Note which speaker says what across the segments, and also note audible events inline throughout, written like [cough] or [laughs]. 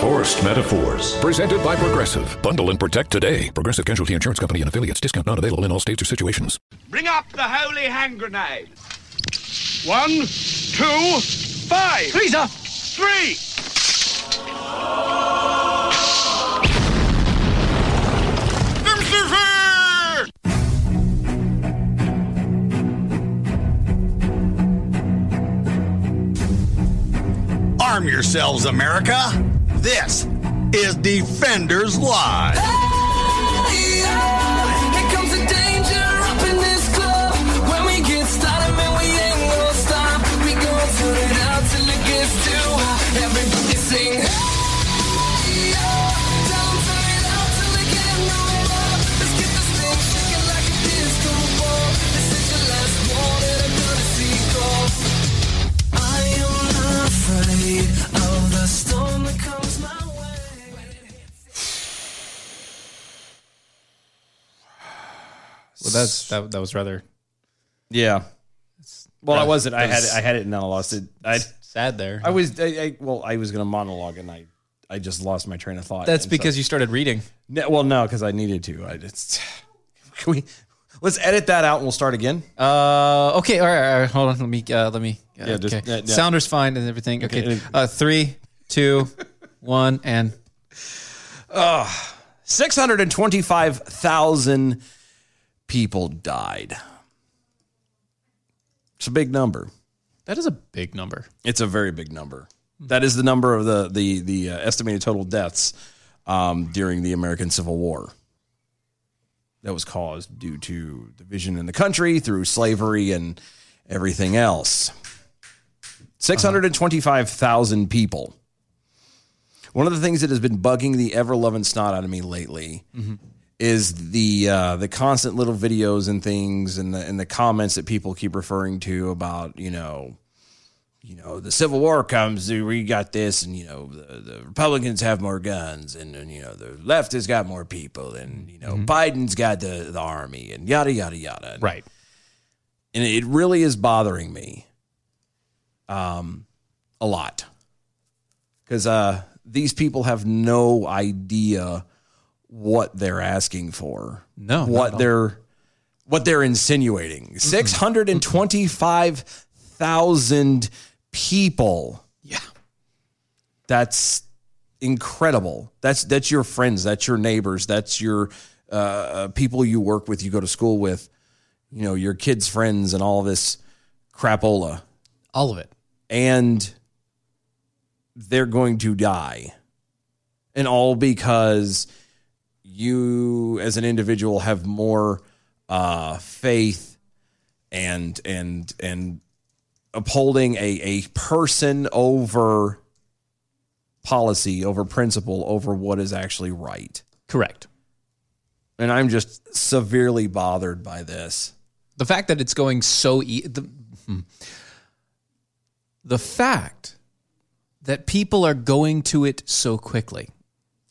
Speaker 1: Forest Metaphors, presented by Progressive. Bundle and protect today. Progressive Casualty Insurance Company and affiliates. Discount not available in all states or situations.
Speaker 2: Bring up the holy hand grenade. One, two, five. Please up. Three.
Speaker 3: Arm yourselves, America. This is Defenders Live.
Speaker 4: Here comes the danger up in this club. When we get started, man, we ain't gonna stop. We gon' turn it out till it gets too hot. Everybody sing. "Hey, yo." Don't turn it out till it can't no more. Let's get this thing shaking like a disco ball. This is your last warning, I'm gonna see go. I am not afraid of the storm that comes my way.
Speaker 5: Well, that's that, that was rather
Speaker 6: Yeah. Well, I wasn't. I had
Speaker 5: that's-
Speaker 6: it, I had it, and then I lost it. I
Speaker 5: sad there.
Speaker 6: I was. I, I, well, I was going to monologue, and I I just lost my train of thought.
Speaker 5: that's
Speaker 6: And so-
Speaker 5: because you started reading.
Speaker 6: No, well, no, because I needed to. I just [sighs] can we let's edit that out and we'll start again.
Speaker 5: Uh, okay, all right, all right, hold on. Let me uh, let me. Uh,
Speaker 6: Yeah, just-
Speaker 5: okay.
Speaker 6: yeah, yeah.
Speaker 5: Sounder's fine and everything. Okay,
Speaker 6: Okay.
Speaker 5: uh, three, [laughs] two, one, and
Speaker 6: Six hundred and twenty-five thousand people died. It's a big number.
Speaker 5: that is a big number.
Speaker 6: It's a very big number. That is the number of the the the uh, estimated total deaths um, during the American Civil War. That was caused due to division in the country through slavery and everything else. Six hundred and twenty-five thousand people. One of the things that has been bugging the ever loving snot out of me lately is the uh, the constant little videos and things and the and the comments that people keep referring to about you know you know, the Civil War comes, we got this, and you know, the, the Republicans have more guns, and, and you know, the left has got more people, and you know, Biden's got the, the army, and yada yada yada. And-
Speaker 5: Mm-hmm. Right.
Speaker 6: and it really is bothering me um, a lot because uh, these people have no idea what they're asking for
Speaker 5: No, not at
Speaker 6: what
Speaker 5: all.
Speaker 6: they're what they're insinuating 625,000 people
Speaker 5: Yeah.
Speaker 6: that's incredible that's that's your friends that's your neighbors that's your uh, uh, people you work with you go to school with you know your kids friends and all this crapola
Speaker 5: All of it.
Speaker 6: and they're going to die and all because you as an individual have more uh, faith and and and upholding a, a person over policy over principle over what is actually right
Speaker 5: Correct.
Speaker 6: and i'm just severely bothered by this
Speaker 5: The fact that it's going so e- the, hmm. the fact that people are going to it so quickly.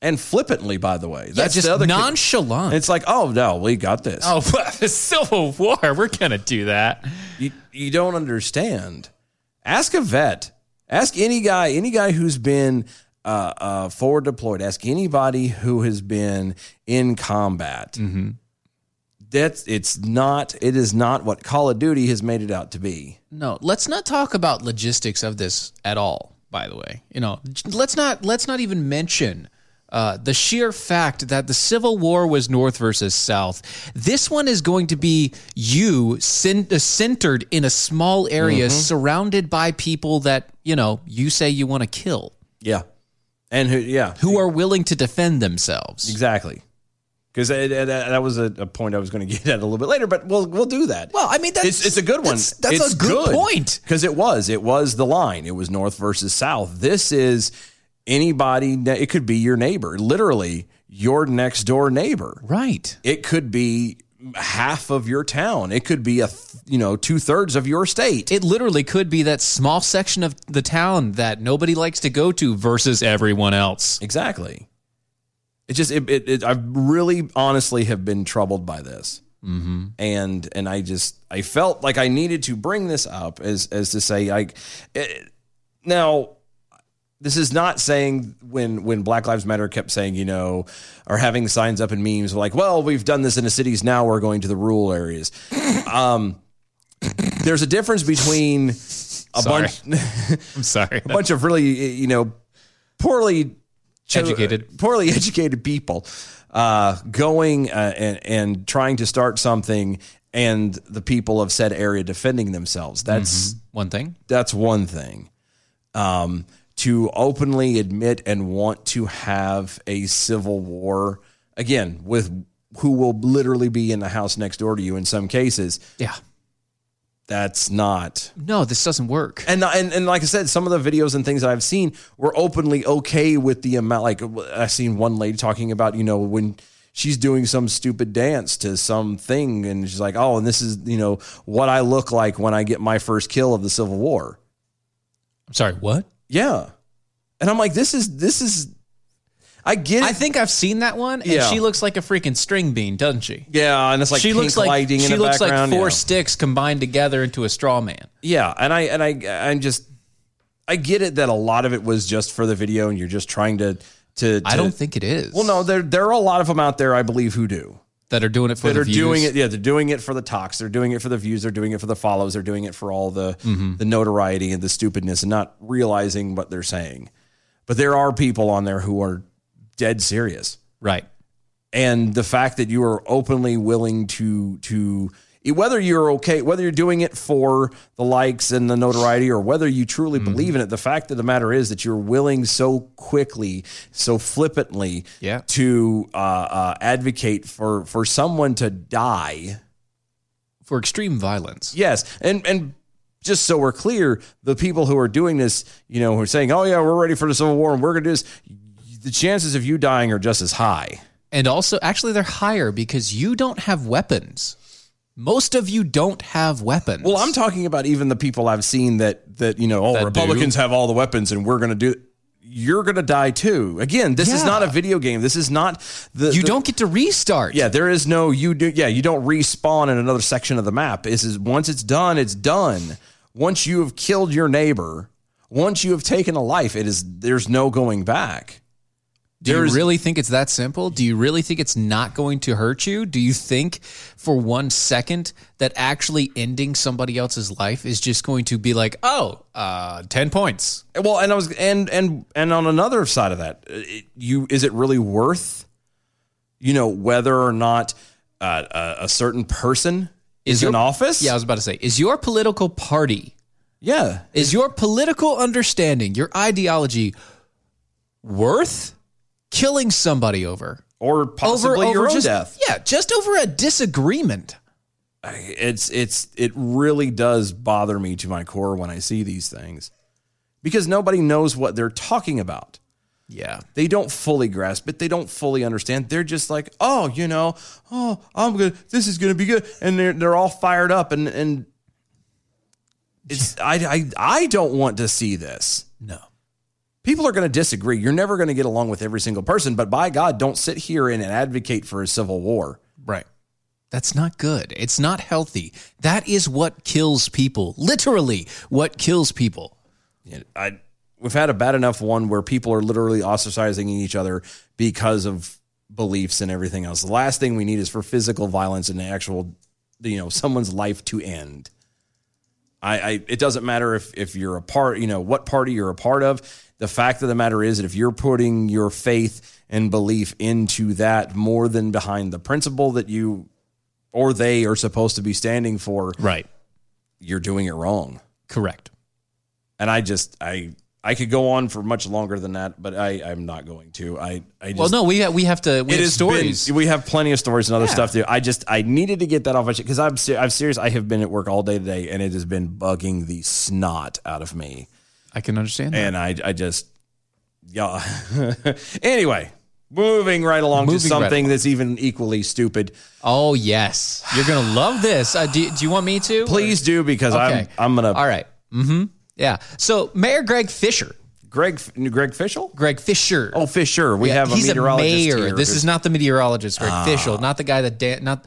Speaker 6: and flippantly by the way that's
Speaker 5: Yeah, just
Speaker 6: the other
Speaker 5: nonchalant.
Speaker 6: it's like oh no we got this
Speaker 5: oh, [laughs] the Civil War. We're gonna do that.
Speaker 6: you, you don't understand. Ask a vet. Ask any guy, any guy who's been uh, uh, forward deployed. Ask anybody who has been in combat. That's it's not. It is not what Call of Duty has made it out to be.
Speaker 5: No, let's not talk about logistics of this at all. By the way, you know, j- let's not let's not even mention uh, the sheer fact that the Civil War was North versus South. This one is going to be you cen- uh, centered in a small area, surrounded by people that you know you say you want to kill,
Speaker 6: Yeah, and who? Yeah,
Speaker 5: who are willing to defend themselves.
Speaker 6: exactly. Because that, that was a, a point I was going to [laughs] get at a little bit later, but we'll we'll do that.
Speaker 5: Well, I mean, that's-
Speaker 6: it's, it's a good one.
Speaker 5: that's- that's a
Speaker 6: It's
Speaker 5: good point.
Speaker 6: because it was it was the line. It was north versus south. This is anybody. ne- It could be your neighbor, literally your next door neighbor.
Speaker 5: Right.
Speaker 6: It could be half of your town. It could be a th- you know two thirds of your state.
Speaker 5: It literally could be that small section of the town that nobody likes to go to versus everyone else.
Speaker 6: Exactly. It just it, it, it I really honestly have been troubled by this. Mm-hmm. And and I just I felt like I needed to bring this up as as to say like it, now this is not saying when when Black Lives Matter kept saying you know or having signs up in memes like well we've done this in the cities now we're going to the rural areas. um, there's a difference between a bunch [laughs]
Speaker 5: I'm sorry.
Speaker 6: a bunch of really eh, you know poorly cho-
Speaker 5: Educated.
Speaker 6: [laughs] poorly educated people uh, going uh, and, and trying to start something and the people of said area defending themselves that's
Speaker 5: One thing.
Speaker 6: that's one thing um, to openly admit and want to have a civil war again with who will literally be in the house next door to you in some cases
Speaker 5: Yeah.
Speaker 6: that's not
Speaker 5: No, this doesn't work.
Speaker 6: and, and and like I said, some of the videos and things that I've seen were openly okay with the amount. Like I've seen one lady talking about, you know, when she's doing some stupid dance to something, and she's like, "Oh, and this is you know what I look like when I get my first kill of the Civil War."
Speaker 5: I'm sorry, what?
Speaker 6: Yeah, and I'm like, "This is this is." I get it.
Speaker 5: I think I've seen that one, and
Speaker 6: Yeah.
Speaker 5: she looks like a freaking string bean, doesn't she?
Speaker 6: yeah, and it's like
Speaker 5: she
Speaker 6: pink
Speaker 5: looks like
Speaker 6: lighting in
Speaker 5: she
Speaker 6: the
Speaker 5: looks like
Speaker 6: background,
Speaker 5: four
Speaker 6: yeah.
Speaker 5: sticks combined together into a straw man.
Speaker 6: Yeah, and I and I I'm just I get it that a lot of it was just for the video, and you're just trying to to.
Speaker 5: I
Speaker 6: to-
Speaker 5: don't think it is.
Speaker 6: Well, no, there there are a lot of them out there, I believe, who do
Speaker 5: that are doing it for
Speaker 6: that
Speaker 5: the
Speaker 6: are
Speaker 5: views.
Speaker 6: doing it. Yeah, they're doing it for the talks. They're doing it for the views. They're doing it for the follows. They're doing it for all the
Speaker 5: Mm-hmm.
Speaker 6: the notoriety and the stupidness and not realizing what they're saying. But there are people on there who are dead serious,
Speaker 5: Right.
Speaker 6: and the fact that you are openly willing to to whether you're okay, whether you're doing it for the likes and the notoriety, or whether you truly believe in it, the fact of the matter is that you're willing so quickly, so flippantly,
Speaker 5: Yeah.
Speaker 6: to uh, uh, advocate for for someone to die.
Speaker 5: For extreme violence.
Speaker 6: Yes, and and just so we're clear, the people who are doing this, you know, who are saying, "Oh yeah, we're ready for the civil war and we're going to do this," the chances of you dying are just as high.
Speaker 5: And also, actually, they're higher because you don't have weapons. Most of you don't have weapons.
Speaker 6: Well, I'm talking about even the people I've seen that that you know, oh,
Speaker 5: That
Speaker 6: Republicans
Speaker 5: do.
Speaker 6: have all the weapons, and we're going to do. You're going to die too. Again, this is
Speaker 5: Yeah.
Speaker 6: not a video game. This is not the
Speaker 5: you
Speaker 6: the-
Speaker 5: don't get to restart.
Speaker 6: Yeah, there is no you do. Yeah, you don't respawn in another section of the map. This is once it's done, it's done. Once you have killed your neighbor, once you have taken a life, it is there's no going back.
Speaker 5: Do
Speaker 6: There
Speaker 5: you
Speaker 6: is-
Speaker 5: really think it's that simple? Do you really think it's not going to hurt you? Do you think for one second that actually ending somebody else's life is just going to be like, oh, uh, 10 points?
Speaker 6: Well, and I was and and and on another side of that, uh, it, you is it really worth, you know, whether or not uh, a, a certain person is,
Speaker 5: your-
Speaker 6: in office?
Speaker 5: Yeah, I was about to say, is your political party,
Speaker 6: yeah.
Speaker 5: is your political understanding, your ideology worth killing somebody over?
Speaker 6: Or possibly your own
Speaker 5: just,
Speaker 6: death.
Speaker 5: Yeah, just over a disagreement.
Speaker 6: It's it's it really does bother me to my core when I see these things, because nobody knows what they're talking about.
Speaker 5: Yeah.
Speaker 6: They don't fully grasp it. They don't fully understand. They're just like, oh, you know, oh, I'm gonna, this is gonna be good, and they're they're all fired up, and and it's I I I don't want to see this.
Speaker 5: No.
Speaker 6: People are gonna disagree. You're never gonna get along with every single person, but by God, don't sit here and advocate for a civil war.
Speaker 5: Right. That's not good. It's not healthy. That is what kills people. Literally, what kills people.
Speaker 6: And I we've had a bad enough one where people are literally ostracizing each other because of beliefs and everything else. The last thing we need is for physical violence and actual, you know, someone's life to end. I, I it doesn't matter if if you're a part, you know, what party you're a part of. The fact of the matter is that if you're putting your faith and belief into that more than behind the principle that you or they are supposed to be standing for,
Speaker 5: Right.
Speaker 6: you're doing it wrong
Speaker 5: Correct.
Speaker 6: and I just I I could go on for much longer than that, but I I'm not going to. I I just
Speaker 5: Well, no, we have, we have to. We
Speaker 6: it
Speaker 5: have
Speaker 6: has
Speaker 5: stories.
Speaker 6: been- we have plenty of stories and other
Speaker 5: Yeah.
Speaker 6: stuff too. I just I needed to get that off my because I'm ser- I'm serious. I have been at work all day today, and it has been bugging the snot out of me.
Speaker 5: I can understand that.
Speaker 6: And I I just yeah. [laughs] anyway, Moving right along
Speaker 5: Moving
Speaker 6: to
Speaker 5: right
Speaker 6: something
Speaker 5: along.
Speaker 6: that's even equally stupid.
Speaker 5: Oh yes, you're gonna love this. Uh, do, do you want me to?
Speaker 6: Please do because
Speaker 5: Okay.
Speaker 6: I'm I'm gonna
Speaker 5: All right. Mm-hmm. Yeah. So Mayor Greg Fisher.
Speaker 6: Greg Greg Fischel.
Speaker 5: Greg Fisher.
Speaker 6: Oh, Fisher. We have a
Speaker 5: he's
Speaker 6: meteorologist
Speaker 5: mayor.
Speaker 6: here. Ah.
Speaker 5: This is not the meteorologist Greg Fisher. Not the guy that dan- not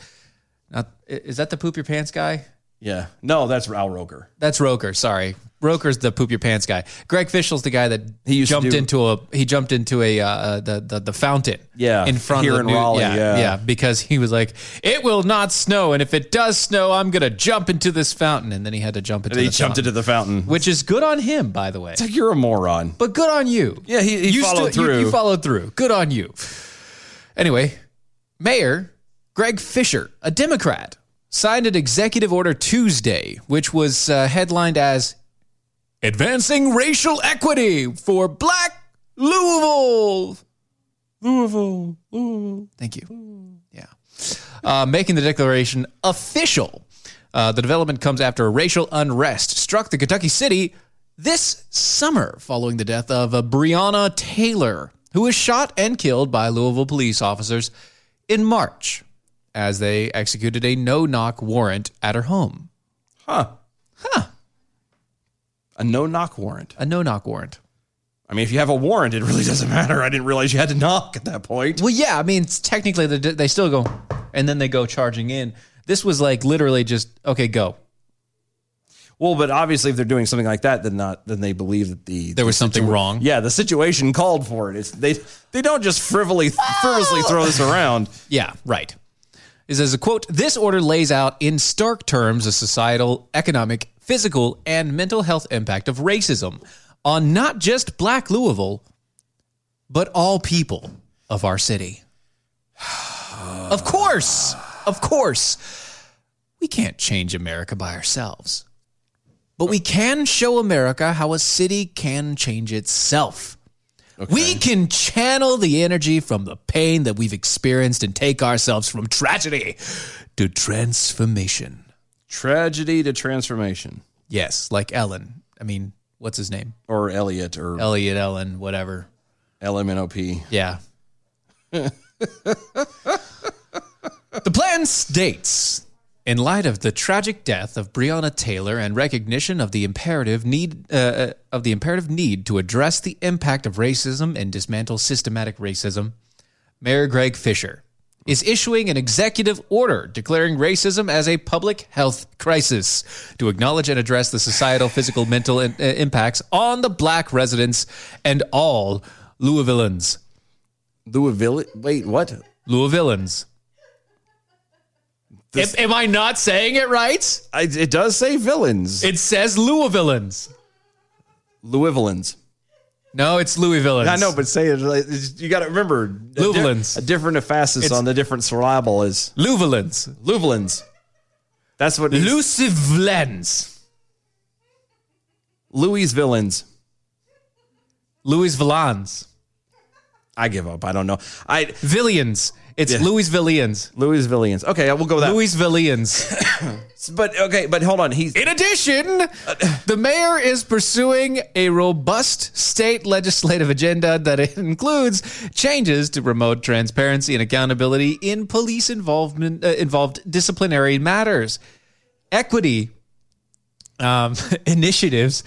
Speaker 5: not is that the poop your pants guy?
Speaker 6: yeah. No, that's Al Roker.
Speaker 5: That's Roker. Sorry, Roker's the poop your pants guy. Greg Fishel's the guy that
Speaker 6: He used to
Speaker 5: jumped
Speaker 6: do-
Speaker 5: into a he jumped into a uh, uh, the, the the fountain.
Speaker 6: Yeah,
Speaker 5: in front
Speaker 6: here
Speaker 5: of the
Speaker 6: in
Speaker 5: new-
Speaker 6: Raleigh, yeah.
Speaker 5: because he was like, "It will not snow, and if it does snow, I'm gonna jump into this fountain." And then he had to jump into.
Speaker 6: He
Speaker 5: the
Speaker 6: jumped
Speaker 5: fountain,
Speaker 6: into the fountain.
Speaker 5: which is good on him, by the way.
Speaker 6: It's like you're a moron.
Speaker 5: But good on you.
Speaker 6: Yeah, he- he
Speaker 5: you
Speaker 6: followed
Speaker 5: stu- you- You,
Speaker 6: through.
Speaker 5: followed through. Good on you. Anyway, Mayor Greg Fisher, a Democrat, signed an executive order Tuesday, which was uh, headlined as "Advancing Racial Equity for Black Louisville."
Speaker 6: Louisville, Louisville.
Speaker 5: Thank you. Yeah. Uh, making the declaration official. Uh, the development comes after a racial unrest struck the Kentucky city this summer following the death of uh, Breonna Taylor, who was shot and killed by Louisville police officers in March as they executed a no knock warrant at her home.
Speaker 6: A no knock warrant.
Speaker 5: A no knock warrant.
Speaker 6: I mean, if you have a warrant, it really [laughs] doesn't matter. I didn't realize you had to knock at that point.
Speaker 5: Well, yeah, I mean, it's technically they, they still go, and then they go charging in. This was like literally just okay, go.
Speaker 6: Well, but obviously, if they're doing something like that, then not then they believe that the
Speaker 5: There was something wrong.
Speaker 6: yeah the situation called for it. It's they they don't just frivolly frivolously throw this around.
Speaker 5: Yeah, right. It says, quote, this order lays out in stark terms the societal, economic, physical, and mental health impact of racism on not just black Louisville, but all people of our city. [sighs] of course, of course, we can't change America by ourselves, but we can show America how a city can change itself. We can channel the energy from the pain that we've experienced and take ourselves from tragedy to transformation.
Speaker 6: Tragedy to transformation,
Speaker 5: Yes, like Ellen. I mean, what's his name?
Speaker 6: or Elliot, or
Speaker 5: Elliot Ellen, whatever.
Speaker 6: LMNOP.
Speaker 5: Yeah. the plan states in light of the tragic death of Breonna Taylor and recognition of the imperative need uh, of the imperative need to address the impact of racism and dismantle systematic racism, Mayor Greg Fisher is issuing an executive order declaring racism as a public health crisis to acknowledge and address the societal, physical, mental in- uh, impacts on the black residents and all Louisvilleans.
Speaker 6: Louisville. Wait, what?
Speaker 5: Louisvilleans.
Speaker 6: This-
Speaker 5: am, am I not saying it right?
Speaker 6: I, it does say villains.
Speaker 5: It says Louisvilleans.
Speaker 6: Louisvillians.
Speaker 5: No, it's Louisvilleans.
Speaker 6: I know, but say it. like- it's- You got to remember a di-
Speaker 5: Louvillians.
Speaker 6: A different emphasis on the different syllable is
Speaker 5: Louisvilleans.
Speaker 6: Louvillians. That's what it is.
Speaker 5: Louisvilleans.
Speaker 6: Louis villains.
Speaker 5: Louisvilleans.
Speaker 6: I give up. I don't know. I
Speaker 5: Villians. It's Louisvillians.
Speaker 6: Louis villains. Okay, we'll go with that.
Speaker 5: Louisvillians.
Speaker 6: But okay, but hold on. He's
Speaker 5: In addition, the mayor is pursuing a robust state legislative agenda that [laughs] includes changes to promote transparency and accountability in police involvement uh, involved disciplinary matters, equity um, [laughs] initiatives,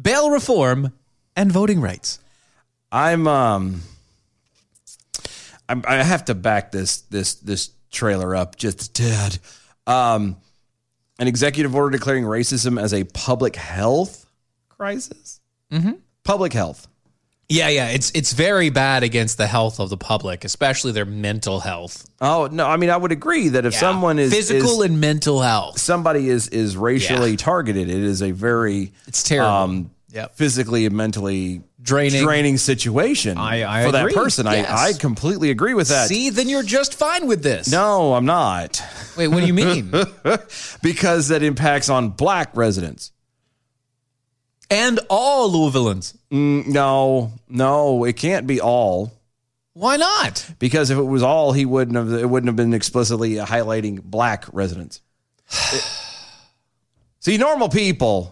Speaker 5: bail reform, and voting rights.
Speaker 6: I'm um I'm, I have to back this this this trailer up just a tad. Um an executive order declaring racism as a public health crisis. Public health.
Speaker 5: Yeah, yeah, it's it's very bad against the health of the public, especially their mental health.
Speaker 6: Oh no! I mean, I would agree that if someone is
Speaker 5: physical
Speaker 6: is,
Speaker 5: and mental health.
Speaker 6: somebody is is racially
Speaker 5: Yeah.
Speaker 6: targeted, it is a very
Speaker 5: It's terrible.
Speaker 6: um,
Speaker 5: Yep.
Speaker 6: physically and mentally
Speaker 5: Draining.
Speaker 6: draining situation
Speaker 5: I- I
Speaker 6: for
Speaker 5: agree.
Speaker 6: that person.
Speaker 5: Yes.
Speaker 6: I I completely agree with that.
Speaker 5: See, then you're just fine with this.
Speaker 6: No, I'm not
Speaker 5: Wait, what do you [laughs] mean?
Speaker 6: because that impacts on black residents.
Speaker 5: and all Louisvilleans.
Speaker 6: No, no, it can't be all
Speaker 5: Why not?
Speaker 6: because if it was all, he wouldn't have. It wouldn't have been explicitly highlighting black residents. [sighs] It- see, normal people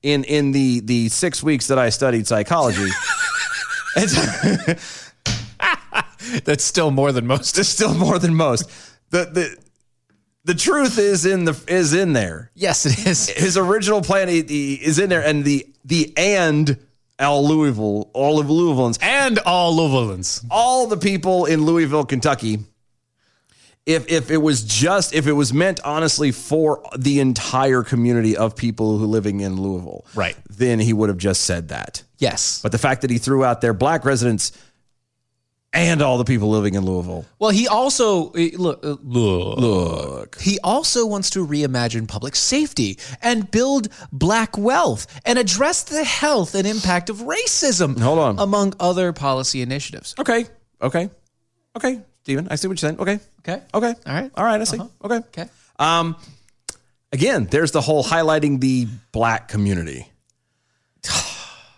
Speaker 6: in in the the
Speaker 5: [laughs]
Speaker 6: six weeks that I studied psychology. it's-
Speaker 5: That's still more than most.
Speaker 6: There's still more than most. The the the truth is in the is in there.
Speaker 5: Yes, it is.
Speaker 6: His original plan he, he is in there, and the the and all Louisville, all of Louisvilleans,
Speaker 5: And all Louisvillians.
Speaker 6: all the people in Louisville, Kentucky. If if it was just if it was meant honestly for the entire community of people who living in Louisville,
Speaker 5: Right.
Speaker 6: Then he would have just said that.
Speaker 5: Yes.
Speaker 6: But the fact that he threw out their black residents and all the people living in Louisville,
Speaker 5: Well, he also eh, look uh, look. He also wants to reimagine public safety and build black wealth and address the health and impact of racism.
Speaker 6: Hold on.
Speaker 5: among other policy initiatives.
Speaker 6: Okay. Okay. Okay, Steven. I see what you're saying. Okay.
Speaker 5: Okay.
Speaker 6: Okay.
Speaker 5: All right. Uh-huh.
Speaker 6: All right. I see. Okay.
Speaker 5: Okay.
Speaker 6: Um, again, there's the whole highlighting the black community. [sighs]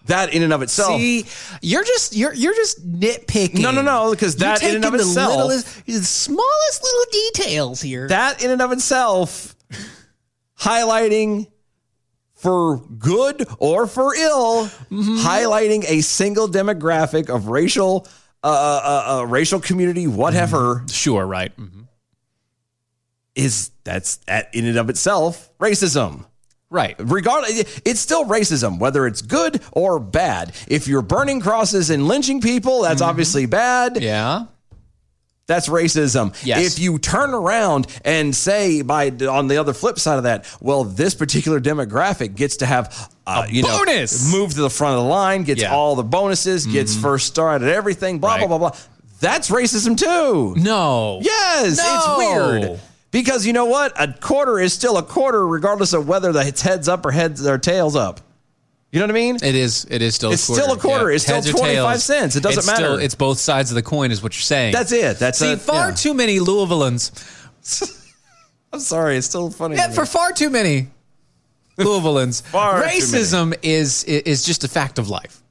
Speaker 6: That in and of itself.
Speaker 5: See, you're just you're you're just nitpicking.
Speaker 6: No, no, no, 'cause
Speaker 5: You're
Speaker 6: that in and of
Speaker 5: taking the
Speaker 6: itself-
Speaker 5: littlest- the smallest little details here.
Speaker 6: that in and of itself, highlighting for good or for ill,
Speaker 5: Mm-hmm.
Speaker 6: highlighting a single demographic of racial, uh, uh, uh, racial community, whatever.
Speaker 5: Mm-hmm. sure, right.
Speaker 6: is that's that in and of itself racism.
Speaker 5: Right.
Speaker 6: Regardless, it's still racism, whether it's good or bad. If you're burning crosses and lynching people, that's
Speaker 5: Mm-hmm.
Speaker 6: obviously bad.
Speaker 5: Yeah.
Speaker 6: That's racism.
Speaker 5: Yes.
Speaker 6: If you turn around and say by on the other flip side of that, well, this particular demographic gets to have uh, you
Speaker 5: bonus.
Speaker 6: know, move to the front of the line, gets
Speaker 5: Yeah. Mm-hmm.
Speaker 6: all the bonuses, gets first start at everything, blah
Speaker 5: Right.
Speaker 6: blah blah blah. That's racism too.
Speaker 5: No.
Speaker 6: Yes,
Speaker 5: No.
Speaker 6: it's weird. Because you know what? A quarter is still a quarter, regardless of whether the it's heads up or heads or tails up. You know what I mean?
Speaker 5: It is. It is still.
Speaker 6: It's
Speaker 5: a quarter.
Speaker 6: still a quarter. It's still
Speaker 5: Heads or
Speaker 6: 25
Speaker 5: tails.
Speaker 6: cents. It doesn't
Speaker 5: It's still-
Speaker 6: matter.
Speaker 5: it's both sides of the coin, is what you're saying.
Speaker 6: That's it. That's
Speaker 5: See,
Speaker 6: a-
Speaker 5: far
Speaker 6: yeah.
Speaker 5: too many Louisvillians.
Speaker 6: I'm sorry, it's still funny.
Speaker 5: Yeah,
Speaker 6: to me.
Speaker 5: for far too
Speaker 6: [laughs]
Speaker 5: many Louisvillians,
Speaker 6: Far too many.
Speaker 5: racism is is just a fact of life.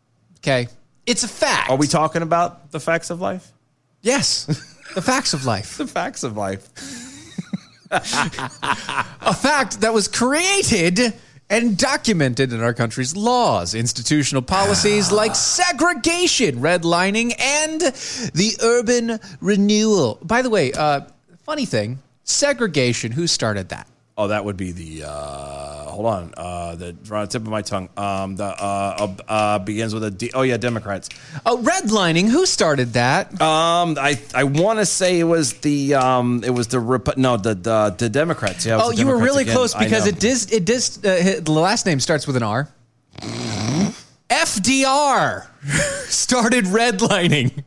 Speaker 5: Okay, it's a fact.
Speaker 6: Are we talking about the facts of life?
Speaker 5: yes, [laughs] the facts of life.
Speaker 6: The facts of life.
Speaker 5: a fact that was created and documented in our country's laws, institutional policies like segregation, redlining, and the urban renewal. By the way, uh, funny thing segregation, who started that?
Speaker 6: Oh, that would be the uh hold on. Uh the right on the tip of my tongue. Um the uh uh, uh begins with a D oh yeah, Democrats.
Speaker 5: Oh, redlining, who started that?
Speaker 6: Um I I wanna say it was the um it was the Rep- no the the, the Democrats. Yeah, it was
Speaker 5: oh,
Speaker 6: the
Speaker 5: you were
Speaker 6: Democrats
Speaker 5: really
Speaker 6: again.
Speaker 5: close
Speaker 6: I
Speaker 5: because
Speaker 6: know.
Speaker 5: it dis, it dis, uh, the last name starts with an R. FDR [laughs] started redlining.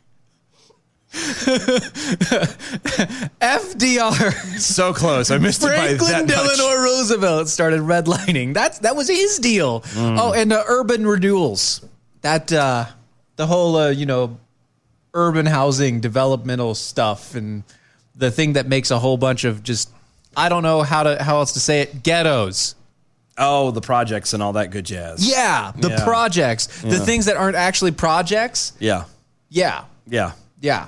Speaker 5: [laughs] FDR
Speaker 6: so close. I missed it by
Speaker 5: Franklin
Speaker 6: that much.
Speaker 5: Delano Roosevelt started redlining. That's that was his deal.
Speaker 6: Mm.
Speaker 5: Oh, and uh, urban renewals. That uh, the whole uh, you know urban housing developmental stuff and the thing that makes a whole bunch of just I don't know how to how else to say it ghettos.
Speaker 6: Oh, the projects and all that good jazz.
Speaker 5: Yeah, the
Speaker 6: Yeah.
Speaker 5: projects, the things that aren't actually projects.
Speaker 6: Yeah.
Speaker 5: Yeah,
Speaker 6: Yeah.
Speaker 5: yeah.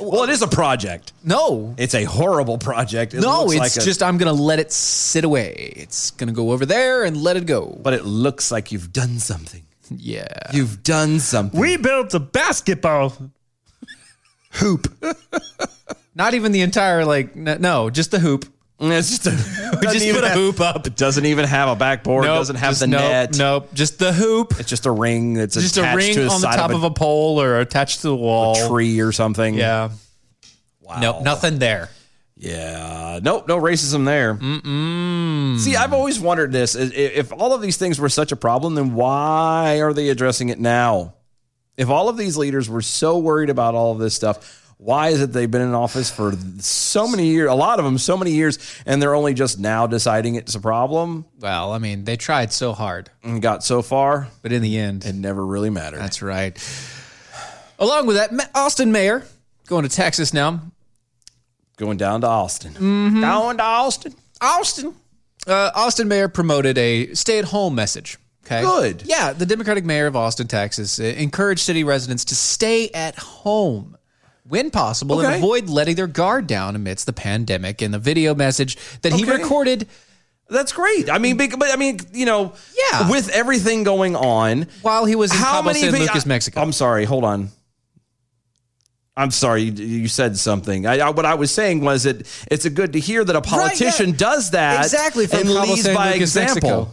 Speaker 6: Well, it is a project.
Speaker 5: No,
Speaker 6: It's a horrible project. It
Speaker 5: no,
Speaker 6: looks
Speaker 5: it's
Speaker 6: like a-
Speaker 5: just I'm gonna let it sit away. It's gonna go over there and let it go.
Speaker 6: but it looks like you've done something.
Speaker 5: Yeah,
Speaker 6: You've done something. We
Speaker 5: built a basketball hoop. [laughs] Not even the entire like n- no, just the
Speaker 6: [laughs]
Speaker 5: hoop. [laughs]
Speaker 6: it's just a, we
Speaker 5: just put a hoop up.
Speaker 6: It doesn't even have a backboard. it doesn't have
Speaker 5: just
Speaker 6: the
Speaker 5: nope,
Speaker 6: net.
Speaker 5: Nope, just the hoop.
Speaker 6: It's just a ring. It's
Speaker 5: Just a ring
Speaker 6: to the
Speaker 5: on the
Speaker 6: side
Speaker 5: top
Speaker 6: of
Speaker 5: of a, pole or attached to the
Speaker 6: a,
Speaker 5: wall.
Speaker 6: tree Oh. or something.
Speaker 5: Yeah.
Speaker 6: Wow.
Speaker 5: Nope, nothing there.
Speaker 6: Yeah. Nope. No racism there. Mm-mm. See, I've always wondered this: I- i- if all of these things were such a problem, then why are they addressing it now? If all of these leaders were so worried about all of this stuff, why is it they've been in office for so many years? A lot of them, so many years, and they're only just now deciding it's a problem.
Speaker 5: Well, I mean, they tried so hard,
Speaker 6: And got so far,
Speaker 5: but in the end,
Speaker 6: it never really mattered.
Speaker 5: That's right. Along with that, Ma- Austin Mayer going to Texas now.
Speaker 6: Going down to Austin.
Speaker 5: Mm-hmm.
Speaker 6: Going to Austin.
Speaker 5: Austin. Uh, Austin mayor promoted a stay at home message. Okay.
Speaker 6: Good.
Speaker 5: Yeah. The Democratic mayor of Austin, Texas, uh, encouraged city residents to stay at home when possible and
Speaker 6: Okay.
Speaker 5: avoid letting their guard down amidst the pandemic. In the video message that he
Speaker 6: Okay.
Speaker 5: recorded,
Speaker 6: That's great. I mean, bec- but I mean, you know,
Speaker 5: Yeah.
Speaker 6: with everything going on,
Speaker 5: While he was in Cabo San
Speaker 6: pe-
Speaker 5: Lucas,
Speaker 6: I-
Speaker 5: Mexico.
Speaker 6: I'm sorry. Hold on. I'm sorry, you, you said something. I, I, what I was saying was that it's a good to hear that a politician
Speaker 5: yeah.
Speaker 6: does that
Speaker 5: Exactly, from
Speaker 6: and
Speaker 5: Cabo
Speaker 6: leads
Speaker 5: San
Speaker 6: by
Speaker 5: Lucas,
Speaker 6: example.
Speaker 5: Mexico.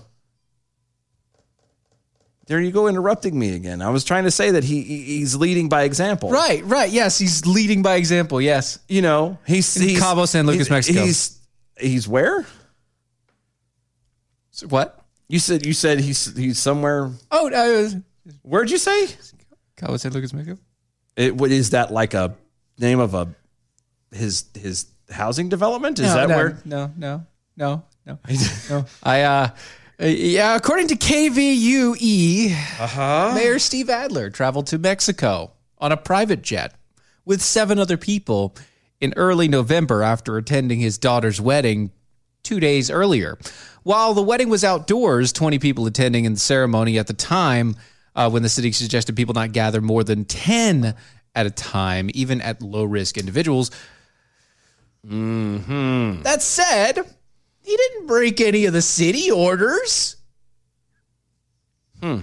Speaker 6: There you go, interrupting me again. I was trying to say that he he- he's leading by example,
Speaker 5: Right, right. Yes, he's leading by example. Yes.
Speaker 6: You know, he's,
Speaker 5: In
Speaker 6: he's
Speaker 5: Cabo San Lucas,
Speaker 6: he's-
Speaker 5: Mexico.
Speaker 6: He's he's where?
Speaker 5: So what?
Speaker 6: You said you said he's he's somewhere.
Speaker 5: Oh, uh,
Speaker 6: Where'd you say?
Speaker 5: Cabo San Lucas, Mexico.
Speaker 6: It what is that like a name of a his his housing development? Is
Speaker 5: no,
Speaker 6: that
Speaker 5: no,
Speaker 6: where?
Speaker 5: No, no, no, no, no. [laughs] I, uh, uh, yeah, according to KVUE, E, Mayor Steve Adler traveled to Mexico on a private jet with seven other people in early November after attending his daughter's wedding two days earlier. While the wedding was outdoors, 20 people attending in the ceremony at the time uh, when the city suggested people not gather more than 10 at a time, even at low risk individuals. That said, he didn't break any of the city orders. Hmm.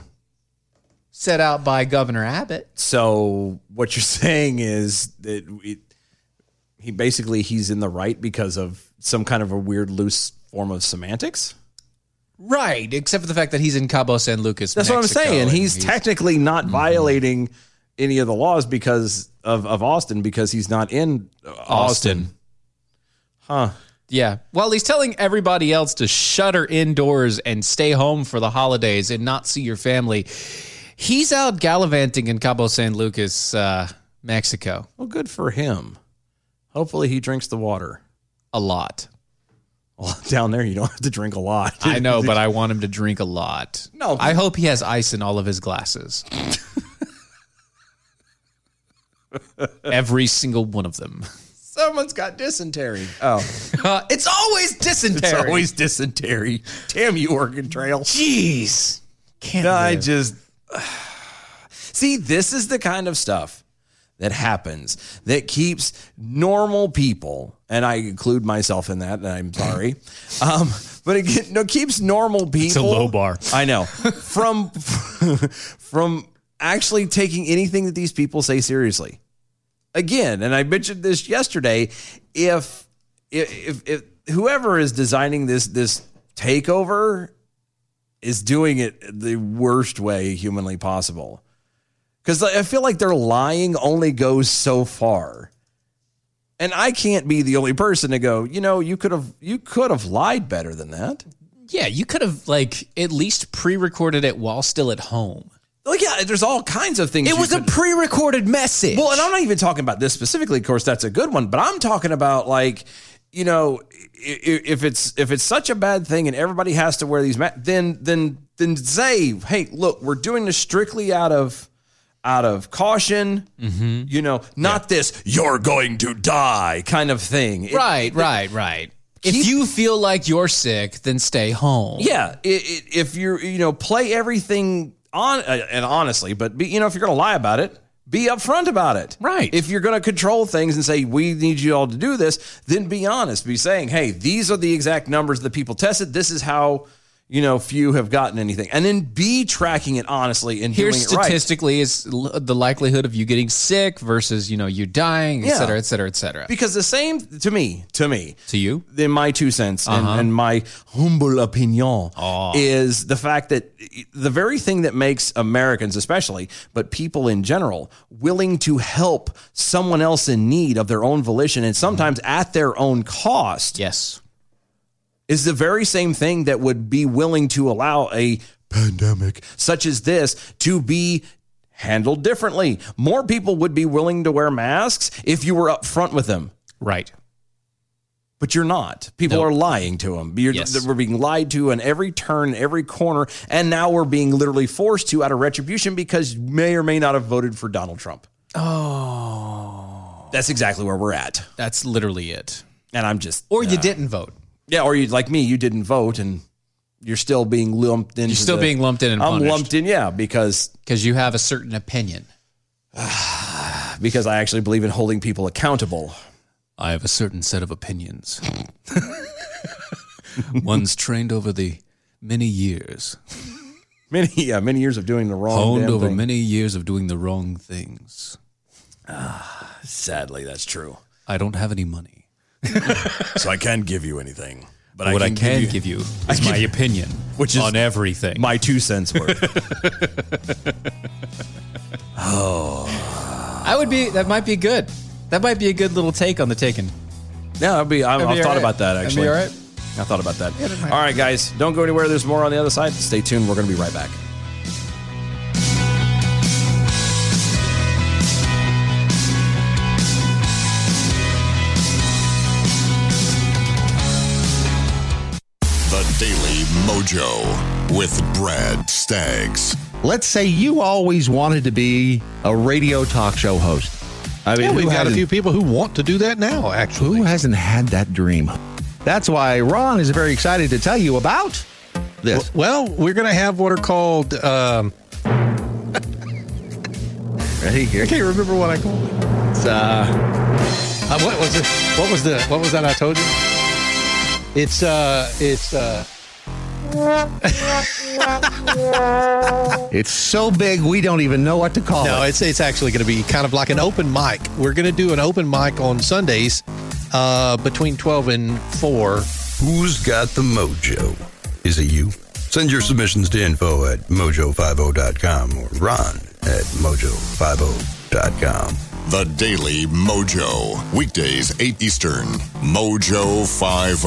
Speaker 5: Set out by Governor Abbott.
Speaker 6: So what you're [laughs] saying is that it, he basically he's in the right because of some kind of a weird loose form of semantics.
Speaker 5: Right, except for the fact that he's in Cabo San Lucas.
Speaker 6: That's
Speaker 5: Mexico,
Speaker 6: what I'm saying.
Speaker 5: and
Speaker 6: He's, Mm-hmm. technically not violating any of the laws because of, of Austin because he's not in Austin.
Speaker 5: Yeah. Well, he's telling everybody else to shutter indoors and stay home for the holidays and not see your family. He's out gallivanting in Cabo San Lucas, uh, Mexico,
Speaker 6: Well, good for him. Hopefully, he drinks the water. [laughs]
Speaker 5: a lot.
Speaker 6: Well, down there, you don't have to drink a lot.
Speaker 5: I know, but I want him to drink a lot.
Speaker 6: [laughs] No.
Speaker 5: I hope he has ice in all of his [laughs] glasses. Every single one of them.
Speaker 6: someone's got dysentery. Oh,
Speaker 5: [laughs] Uh, it's always dysentery.
Speaker 6: [laughs] it's always dysentery. Damn you, Oregon Trail.
Speaker 5: jeez. Can't
Speaker 6: I
Speaker 5: live.
Speaker 6: just see this is the kind of stuff that happens that keeps normal people, and I include myself in that,
Speaker 5: [laughs]
Speaker 6: and I'm sorry, um, but it get, no, keeps normal people. It's
Speaker 5: a low bar. [laughs]
Speaker 6: I know from [laughs] from actually taking anything that these people say seriously. Again, and I mentioned this yesterday. If if if whoever is designing this this takeover is doing it the worst way humanly possible. Because I feel like their lying only goes so far. And I can't be the only person to go, you know, you could have you could have lied better than that.
Speaker 5: Yeah, you could have like at least pre-recorded it while still at home.
Speaker 6: Like yeah, there's all kinds of things.
Speaker 5: It
Speaker 6: you
Speaker 5: was a
Speaker 6: could-
Speaker 5: pre-recorded message.
Speaker 6: Well, and I'm not even talking about this specifically. Of course, that's a good one, but I'm talking about like, you know, i- i- if it's if it's such a bad thing and everybody has to wear these, ma- then then then say, hey, look, we're doing this strictly out of out of caution. You know, not this "you're going to die" kind of thing. It-
Speaker 5: right, right, right.
Speaker 6: Keep-
Speaker 5: if you feel like you're sick, then stay home.
Speaker 6: Yeah, i i if you're you know play everything on uh, and honestly, but be, you know if you're going to lie about it, be upfront about it.
Speaker 5: Right.
Speaker 6: If you're going to control things and say we need you all to do this, then be honest. Be saying, hey, these are the exact numbers that people tested. This is how you know few have gotten anything, and then be tracking it honestly and
Speaker 5: Here's
Speaker 6: doing it right.
Speaker 5: statistically is l- the likelihood of you getting sick versus you know you dying, et
Speaker 6: Yeah.
Speaker 5: cetera, et cetera, et cetera.
Speaker 6: Because the same to me, to me,
Speaker 5: to you, Uh-huh.
Speaker 6: in my two cents and, and my humble opinion is the fact that the very thing that makes Americans, especially, but people in general, willing to help someone else in need of their own volition and sometimes
Speaker 5: Mm-hmm.
Speaker 6: at their own cost
Speaker 5: yes,
Speaker 6: is the very same thing that would be willing to allow a pandemic such as this to be handled differently. More people would be willing to wear masks if you were upfront with them
Speaker 5: right.
Speaker 6: but you're not. People
Speaker 5: Nope.
Speaker 6: are lying to them. You're,
Speaker 5: Yes.
Speaker 6: th- We're being lied to in every turn, every corner, and now we're being literally forced to out of retribution because you may or may not have voted for Donald Trump. Oh, that's exactly where we're at.
Speaker 5: That's literally it. Uh,
Speaker 6: And I'm just, uh,
Speaker 5: Or you didn't vote.
Speaker 6: yeah, or you like me, you didn't vote, and you're still being lumped in.
Speaker 5: You're still being lumped in and
Speaker 6: I'm
Speaker 5: punished.
Speaker 6: lumped in, yeah, because
Speaker 5: because you have a certain opinion.
Speaker 6: because I actually believe in holding people accountable. [laughs]
Speaker 5: I have a certain set of opinions. [laughs] One's trained over the many years,
Speaker 6: Many, yeah, many years of doing the wrong
Speaker 5: honed
Speaker 6: damn
Speaker 5: over
Speaker 6: thing.
Speaker 5: many years of doing the wrong things.
Speaker 6: Sadly, that's true.
Speaker 5: I don't have any money.
Speaker 6: So I can't give you anything. But
Speaker 5: What
Speaker 6: I
Speaker 5: I
Speaker 6: can,
Speaker 5: can
Speaker 6: give you
Speaker 5: give
Speaker 6: [laughs]
Speaker 5: you, is my opinion,
Speaker 6: Which is
Speaker 5: on everything.
Speaker 6: my two cents worth.
Speaker 7: [laughs]
Speaker 5: I would be. That might be good. That might be a good little take on the Taken.
Speaker 6: Yeah, that'd be, I, I've
Speaker 5: That'd be
Speaker 6: thought
Speaker 5: all right.
Speaker 6: about that
Speaker 5: That'd
Speaker 6: actually.
Speaker 5: be all right.
Speaker 6: I thought about that. all right, guys, don't go anywhere. There's more on the other side. Stay tuned. We're going to be right back.
Speaker 8: The Daily Mojo with Brad Staggs.
Speaker 9: Let's say you always wanted to be a radio talk show host. I mean,
Speaker 7: Yeah, we've
Speaker 9: who
Speaker 7: got a
Speaker 9: hasn't-
Speaker 7: few people who want to do that now, actually.
Speaker 9: Who hasn't had that dream? That's why Ron is very excited to tell you about this.
Speaker 7: Well, we're going to have what are called, um,
Speaker 9: Ready? Here
Speaker 7: I can't remember what I called it.
Speaker 9: it's, uh,
Speaker 7: Uh, what was it? What was the, what was that I told you? It's, uh, it's, uh,
Speaker 9: [laughs] it's so big we don't even know what to call
Speaker 7: No,
Speaker 9: it.
Speaker 7: it's it's actually going to be kind of like an open mic. We're going to do an open mic on Sundays uh, between twelve and four.
Speaker 10: Who's got the mojo? Is it you? Send your submissions to info at mojo50.com or ron at mojo50.com.
Speaker 8: The Daily Mojo. Weekdays, 8 Eastern. Mojo 50.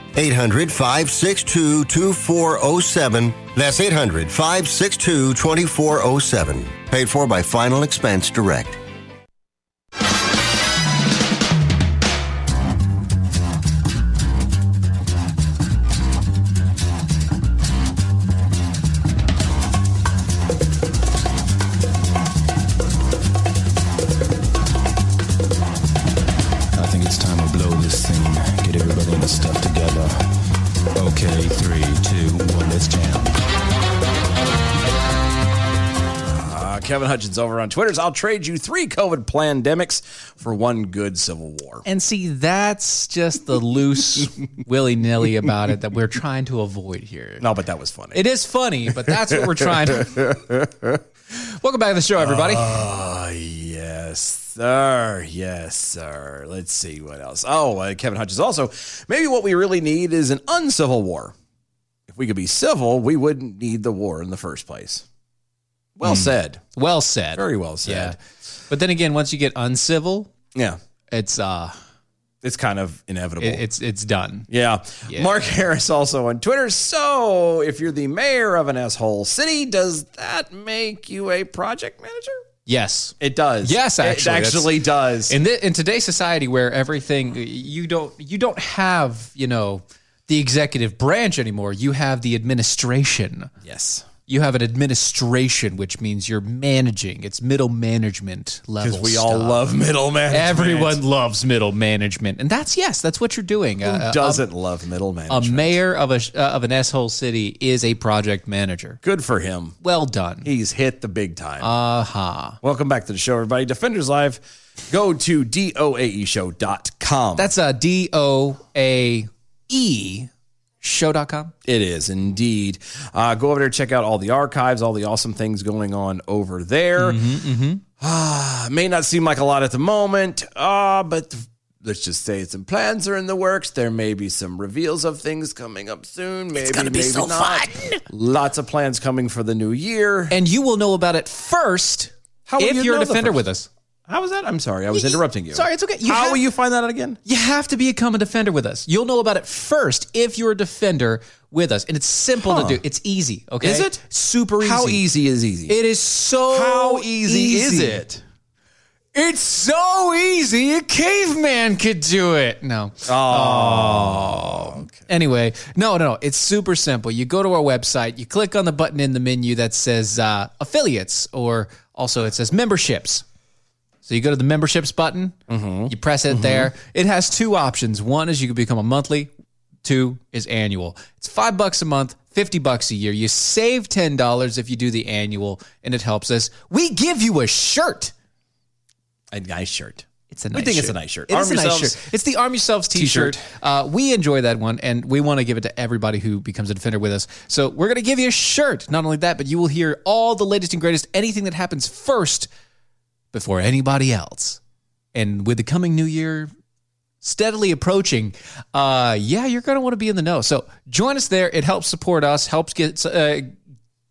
Speaker 8: 800 562 2407. That's 800 562 2407. Paid for by Final Expense Direct.
Speaker 10: I think it's time to blow this thing. Get everybody in the stuff together. Okay, three, two, one, let's jam.
Speaker 6: Uh, Kevin Hutchins over on Twitter's. I'll trade you three COVID pandemics for one good civil war.
Speaker 5: And see, that's just the
Speaker 6: [laughs]
Speaker 5: loose willy nilly about it that we're trying to avoid here.
Speaker 6: No, but that was funny.
Speaker 5: It is funny, but that's what we're trying to.
Speaker 6: [laughs]
Speaker 5: Welcome back to the show, everybody.
Speaker 6: Uh, Yes, sir. Yes, sir. Let's see what else. Oh, uh, Kevin Hutchins also. Maybe what we really need is an uncivil war. If we could be civil, we wouldn't need the war in the first place. Well said.
Speaker 5: well said.
Speaker 6: Very well
Speaker 5: Hmm. Yeah.
Speaker 6: said.
Speaker 5: But then again, once you get uncivil,
Speaker 6: Yeah.
Speaker 5: it's uh,
Speaker 6: It's kind of inevitable.
Speaker 5: it, it's it's done.
Speaker 6: yeah.
Speaker 5: Yeah.
Speaker 6: Mark Harris also on Twitter. So, if you're the mayor of an asshole city, does that make you a project manager?
Speaker 5: Yes.
Speaker 6: It does.
Speaker 5: Yes, actually,
Speaker 6: It
Speaker 5: that's-
Speaker 6: actually does.
Speaker 5: In the, in today's society, where everything you don't you don't have you know the executive branch anymore. You have the administration.
Speaker 6: yes.
Speaker 5: you have an administration, which means you're managing. It's middle management level.
Speaker 6: Because we all
Speaker 5: stuff.
Speaker 6: love middle management.
Speaker 5: Everyone loves middle management, and that's yes, that's what you're doing. A- a-
Speaker 6: doesn't love middle
Speaker 5: a,
Speaker 6: management.
Speaker 5: mayor of a sh- uh, of an asshole city is a project manager.
Speaker 6: Good for him.
Speaker 5: Well done.
Speaker 6: He's hit the big time. Uh huh. Welcome back to the show, everybody. Defenders Live. Go to E doaeshow.com.
Speaker 5: That's a D O A E show.com.
Speaker 6: It is indeed. Uh, go over there, check out all the archives, all the awesome things going on over there.
Speaker 5: Mm-hmm,
Speaker 6: Ah, may not seem like a lot at the moment, uh, but let's just say some plans are in the works. There may be some reveals of things coming up soon. Maybe, it's gonna be so fun. Lots of plans coming for the new year.
Speaker 5: And you will know about it first
Speaker 6: How will
Speaker 5: if
Speaker 6: Oh, you
Speaker 5: you are a
Speaker 6: know the
Speaker 5: defender
Speaker 6: first?
Speaker 5: with us.
Speaker 6: How was that? I'm sorry. I was
Speaker 5: Y- y-
Speaker 6: interrupting you.
Speaker 5: Sorry, it's okay.
Speaker 6: How will you
Speaker 5: find that out again? You have to become a defender with us. You'll know about it first if you're a defender with us, and it's simple
Speaker 6: Huh.
Speaker 5: to do. It's easy. Okay,
Speaker 6: Is it?
Speaker 5: super easy?
Speaker 6: How easy is easy?
Speaker 5: It is so.
Speaker 6: How easy is it?
Speaker 5: It's so easy. A caveman could do it. No. Oh. Anyway, no, no, no. It's super simple. You go to our website. You click on the button in the menu that says uh, affiliates, or also it says memberships. So you go to the memberships button, you press it there. It has two options. One is you can become a monthly, two is annual. It's five bucks a month, 50 bucks a year. You save $10 if you do the annual, and it helps us. We give you a shirt.
Speaker 6: A nice shirt.
Speaker 5: It's a
Speaker 6: We
Speaker 5: nice
Speaker 6: think
Speaker 5: shirt.
Speaker 6: it's a nice shirt.
Speaker 5: It is
Speaker 6: Arm
Speaker 5: a nice
Speaker 6: yourselves.
Speaker 5: shirt. It's the Arm Yourselves t
Speaker 6: T-shirt.
Speaker 5: shirt. Uh, we enjoy that one, and we want to give it to everybody who becomes a defender with us. So we're going to give you a shirt. Not only that, but you will hear all the latest and greatest, anything that happens first before anybody else. And with the coming new year steadily approaching, uh, yeah, you're going to want to be in the know. So join us there. It helps support us, helps get uh,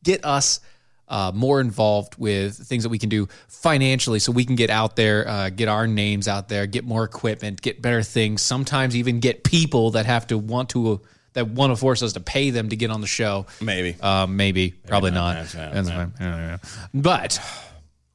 Speaker 5: get us uh, more involved with things that we can do financially, so we can get out there, uh, get our names out there, get more equipment, get better things. Sometimes even get people that have to want to that want to force us to pay them to get on the show.
Speaker 6: Maybe,
Speaker 5: uh, maybe, probably not. That's fine. I don't know. But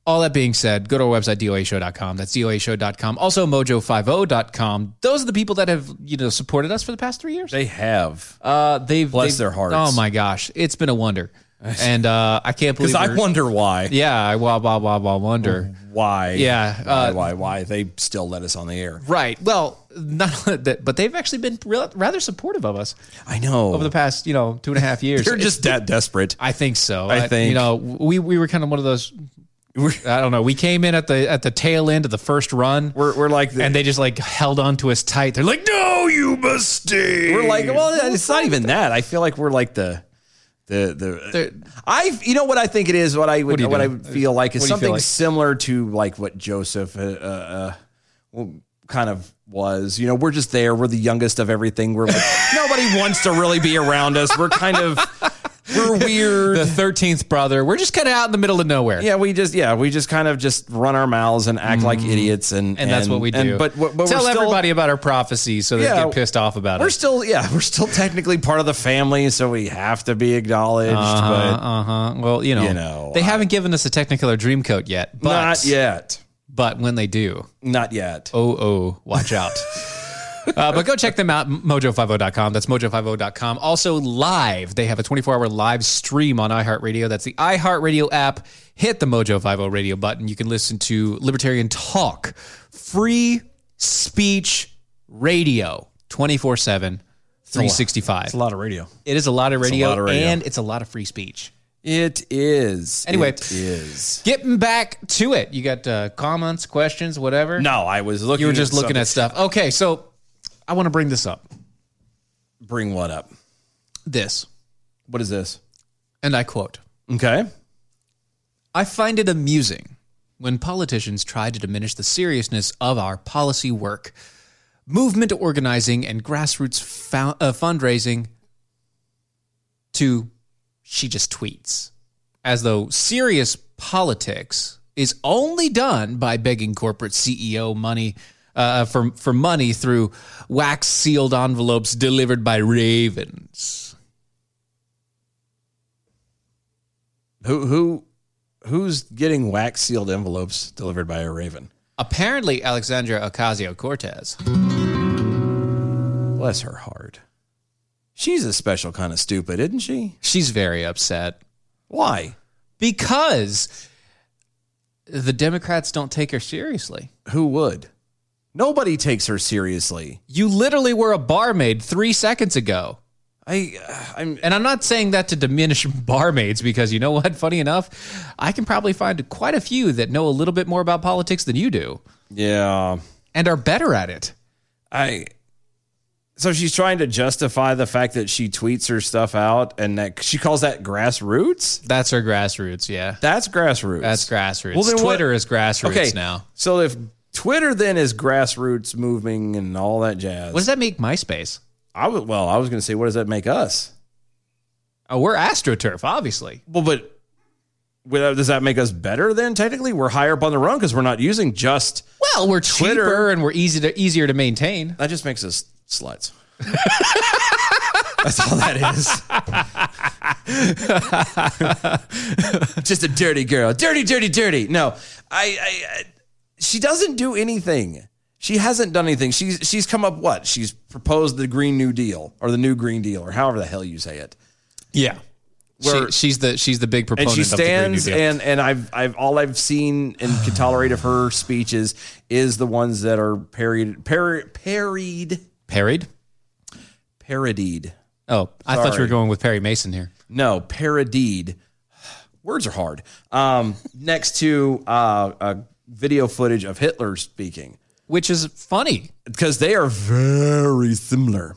Speaker 5: all that being said, go to our website, doashow.com. That's doashow.com. Also, mojo50.com. Those are the people that have, you know, supported us for the past three years.
Speaker 6: They have.
Speaker 5: Uh, they've
Speaker 6: Bless
Speaker 5: they've-
Speaker 6: their hearts.
Speaker 5: Oh my gosh, it's been a wonder, and uh, I
Speaker 6: [laughs]
Speaker 5: can't believe.
Speaker 6: Because I Oh.
Speaker 5: we're-
Speaker 6: wonder why.
Speaker 5: Yeah, I wah wah wah wah wonder
Speaker 6: why.
Speaker 5: Yeah,
Speaker 6: Why,
Speaker 5: uh,
Speaker 6: why? Why? They still let us on the air.
Speaker 5: Right. Well, not only that, but they've actually been real, rather supportive of us.
Speaker 6: I know.
Speaker 5: Over the past, you know, two and a half years,
Speaker 6: They're just that desperate.
Speaker 5: I think so.
Speaker 6: I think.
Speaker 5: you know we we were kind of one of
Speaker 6: [laughs]
Speaker 5: those. I don't know. We came in at the at the tail end of the first run.
Speaker 6: We're, we're like,
Speaker 5: and they just like held on to us tight. They're like, no, you mistake.
Speaker 6: We're like, well, it's not even that. I feel like we're like the. The, the I you know what I think it is what I would
Speaker 5: What are you
Speaker 6: what, I
Speaker 5: doing?
Speaker 6: would feel like is
Speaker 5: What do you feel
Speaker 6: something
Speaker 5: like?
Speaker 6: similar to like what Joseph uh, uh, uh, well, kind of was you know we're just there we're the youngest of
Speaker 5: [laughs]
Speaker 6: everything we're like, nobody wants to really be around us we're kind of we're weird
Speaker 5: the thirteenth brother. We're just kind of out in the middle of nowhere.
Speaker 6: Yeah, we just yeah we just kind of just run our mouths and act like idiots and,
Speaker 5: Mm-hmm. and, that's what we do.
Speaker 6: and- but, but we're
Speaker 5: tell
Speaker 6: still-
Speaker 5: everybody about our prophecies so they
Speaker 6: Yeah,
Speaker 5: get pissed off about
Speaker 6: we're
Speaker 5: it.
Speaker 6: still yeah we're still technically part of the family so we have to be acknowledged
Speaker 5: Uh
Speaker 6: but
Speaker 5: huh. Uh-huh. Well, you know,
Speaker 6: you know,
Speaker 5: they haven't given us a Technicolor dream coat yet. But,
Speaker 6: not yet
Speaker 5: But when they do,
Speaker 6: not yet
Speaker 5: oh oh, watch out.
Speaker 6: [laughs]
Speaker 5: Uh, but go check them out, mojo50.com. That's mojo50.com. Also, live, they have a 24 hour live stream on iHeartRadio. That's the iHeartRadio app. Hit the Mojo50 radio button. You can listen to Libertarian Talk, free speech radio, 24 7, 365.
Speaker 6: lot of radio
Speaker 5: It is a lot of radio,
Speaker 6: lot of radio.
Speaker 5: and it's a lot of free speech.
Speaker 6: it is
Speaker 5: Anyway.
Speaker 6: it is
Speaker 5: Getting back to it, you got uh, comments, questions, whatever.
Speaker 6: no I was looking
Speaker 5: you were just looking at
Speaker 6: something.
Speaker 5: stuff. Okay, so I want to bring this up.
Speaker 6: bring what up
Speaker 5: This,
Speaker 6: what is this
Speaker 5: and I quote:
Speaker 6: okay
Speaker 5: "I find it amusing when politicians try to diminish the seriousness of our policy work, movement organizing, and grassroots fou- uh, fundraising." To she just tweets, as though serious politics is only done by begging corporate CEO money uh, for for money through wax sealed envelopes delivered by ravens.
Speaker 6: who who who's getting wax sealed envelopes delivered by a raven
Speaker 5: Apparently, Alexandria Ocasio Cortez.
Speaker 6: bless her heart she's a special kind of stupid isn't she
Speaker 5: She's very upset
Speaker 6: why
Speaker 5: because the Democrats don't take her seriously.
Speaker 6: who would nobody takes her seriously
Speaker 5: You literally were a barmaid three seconds ago.
Speaker 6: I uh, I'm
Speaker 5: And I'm not saying that to diminish [laughs] barmaids because you know what? Funny enough, I can probably find quite a few that know a little bit more about politics than you do
Speaker 6: yeah
Speaker 5: and are better at it.
Speaker 6: I so she's trying to justify the fact that she tweets her stuff out and that she calls that grassroots.
Speaker 5: That's her grassroots, yeah.
Speaker 6: That's grassroots.
Speaker 5: That's grassroots.
Speaker 6: Well, then what-
Speaker 5: Twitter is grassroots
Speaker 6: okay
Speaker 5: now.
Speaker 6: So if Twitter then is grassroots moving and all that jazz,
Speaker 5: What does that make MySpace?
Speaker 6: I was well, I was going to say, what does that make us?
Speaker 5: Oh, we're AstroTurf, obviously.
Speaker 6: Well, but without, does that make us better then? Technically, we're higher up on the rung because we're not using just
Speaker 5: well, we're cheaper
Speaker 6: Twitter
Speaker 5: and we're easy to easier to maintain.
Speaker 6: That just makes us sluts. That's all that is. [laughs] just a dirty girl, dirty, dirty, dirty. No, I, I, I, she doesn't do anything. She hasn't done anything. She's she's come up what? She's proposed the Green New Deal or the New Green Deal or however the hell you say it.
Speaker 5: Yeah.
Speaker 6: Where-
Speaker 5: she, she's the she's the big proponent.
Speaker 6: and she stands
Speaker 5: of the Green New Deal.
Speaker 6: and and I've I've all I've seen and can tolerate of her speeches is the ones that are parried par, parried
Speaker 5: parried,
Speaker 6: parodied.
Speaker 5: Oh, I thought you were
Speaker 6: Sorry.
Speaker 5: going with Perry Mason here.
Speaker 6: No, parodied. Words are hard. Um, next to uh, a video footage of Hitler speaking,
Speaker 5: which is funny
Speaker 6: because they are very similar.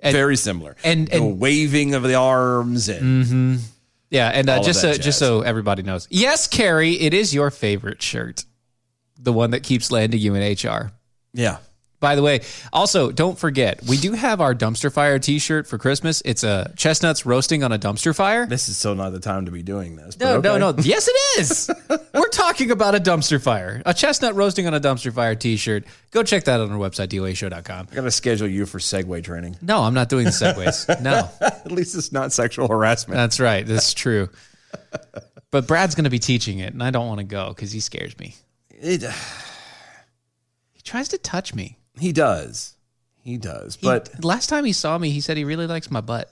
Speaker 6: very similar,
Speaker 5: and-
Speaker 6: the
Speaker 5: and-
Speaker 6: waving of the arms and
Speaker 5: Mhm. Yeah, and
Speaker 6: All
Speaker 5: uh,
Speaker 6: of
Speaker 5: just so,
Speaker 6: that
Speaker 5: just so everybody knows, yes, Carrie, it is your favorite shirt, the one that keeps landing you in HR.
Speaker 6: Yeah.
Speaker 5: By the way, also don't forget we do have our dumpster fire T-shirt for Christmas. It's a chestnuts roasting on a dumpster fire.
Speaker 6: This is so not the time to be doing this.
Speaker 5: No,
Speaker 6: but
Speaker 5: no,
Speaker 6: okay.
Speaker 5: no. [laughs] Yes, it is. We're talking about a dumpster fire, a chestnut roasting on a dumpster fire T-shirt. Go check that out on our website, doashow.com.
Speaker 6: I gotta schedule you for Segway training. [laughs]
Speaker 5: No, I'm not doing the segways. No,
Speaker 6: at least it's not sexual harassment.
Speaker 5: That's right. That's true. But Brad's going to be teaching it, and I don't want to go because he scares me.
Speaker 6: It,
Speaker 5: he tries to touch me.
Speaker 6: He does. He does.
Speaker 5: He-
Speaker 6: but
Speaker 5: last time he saw me, he said he really likes my butt.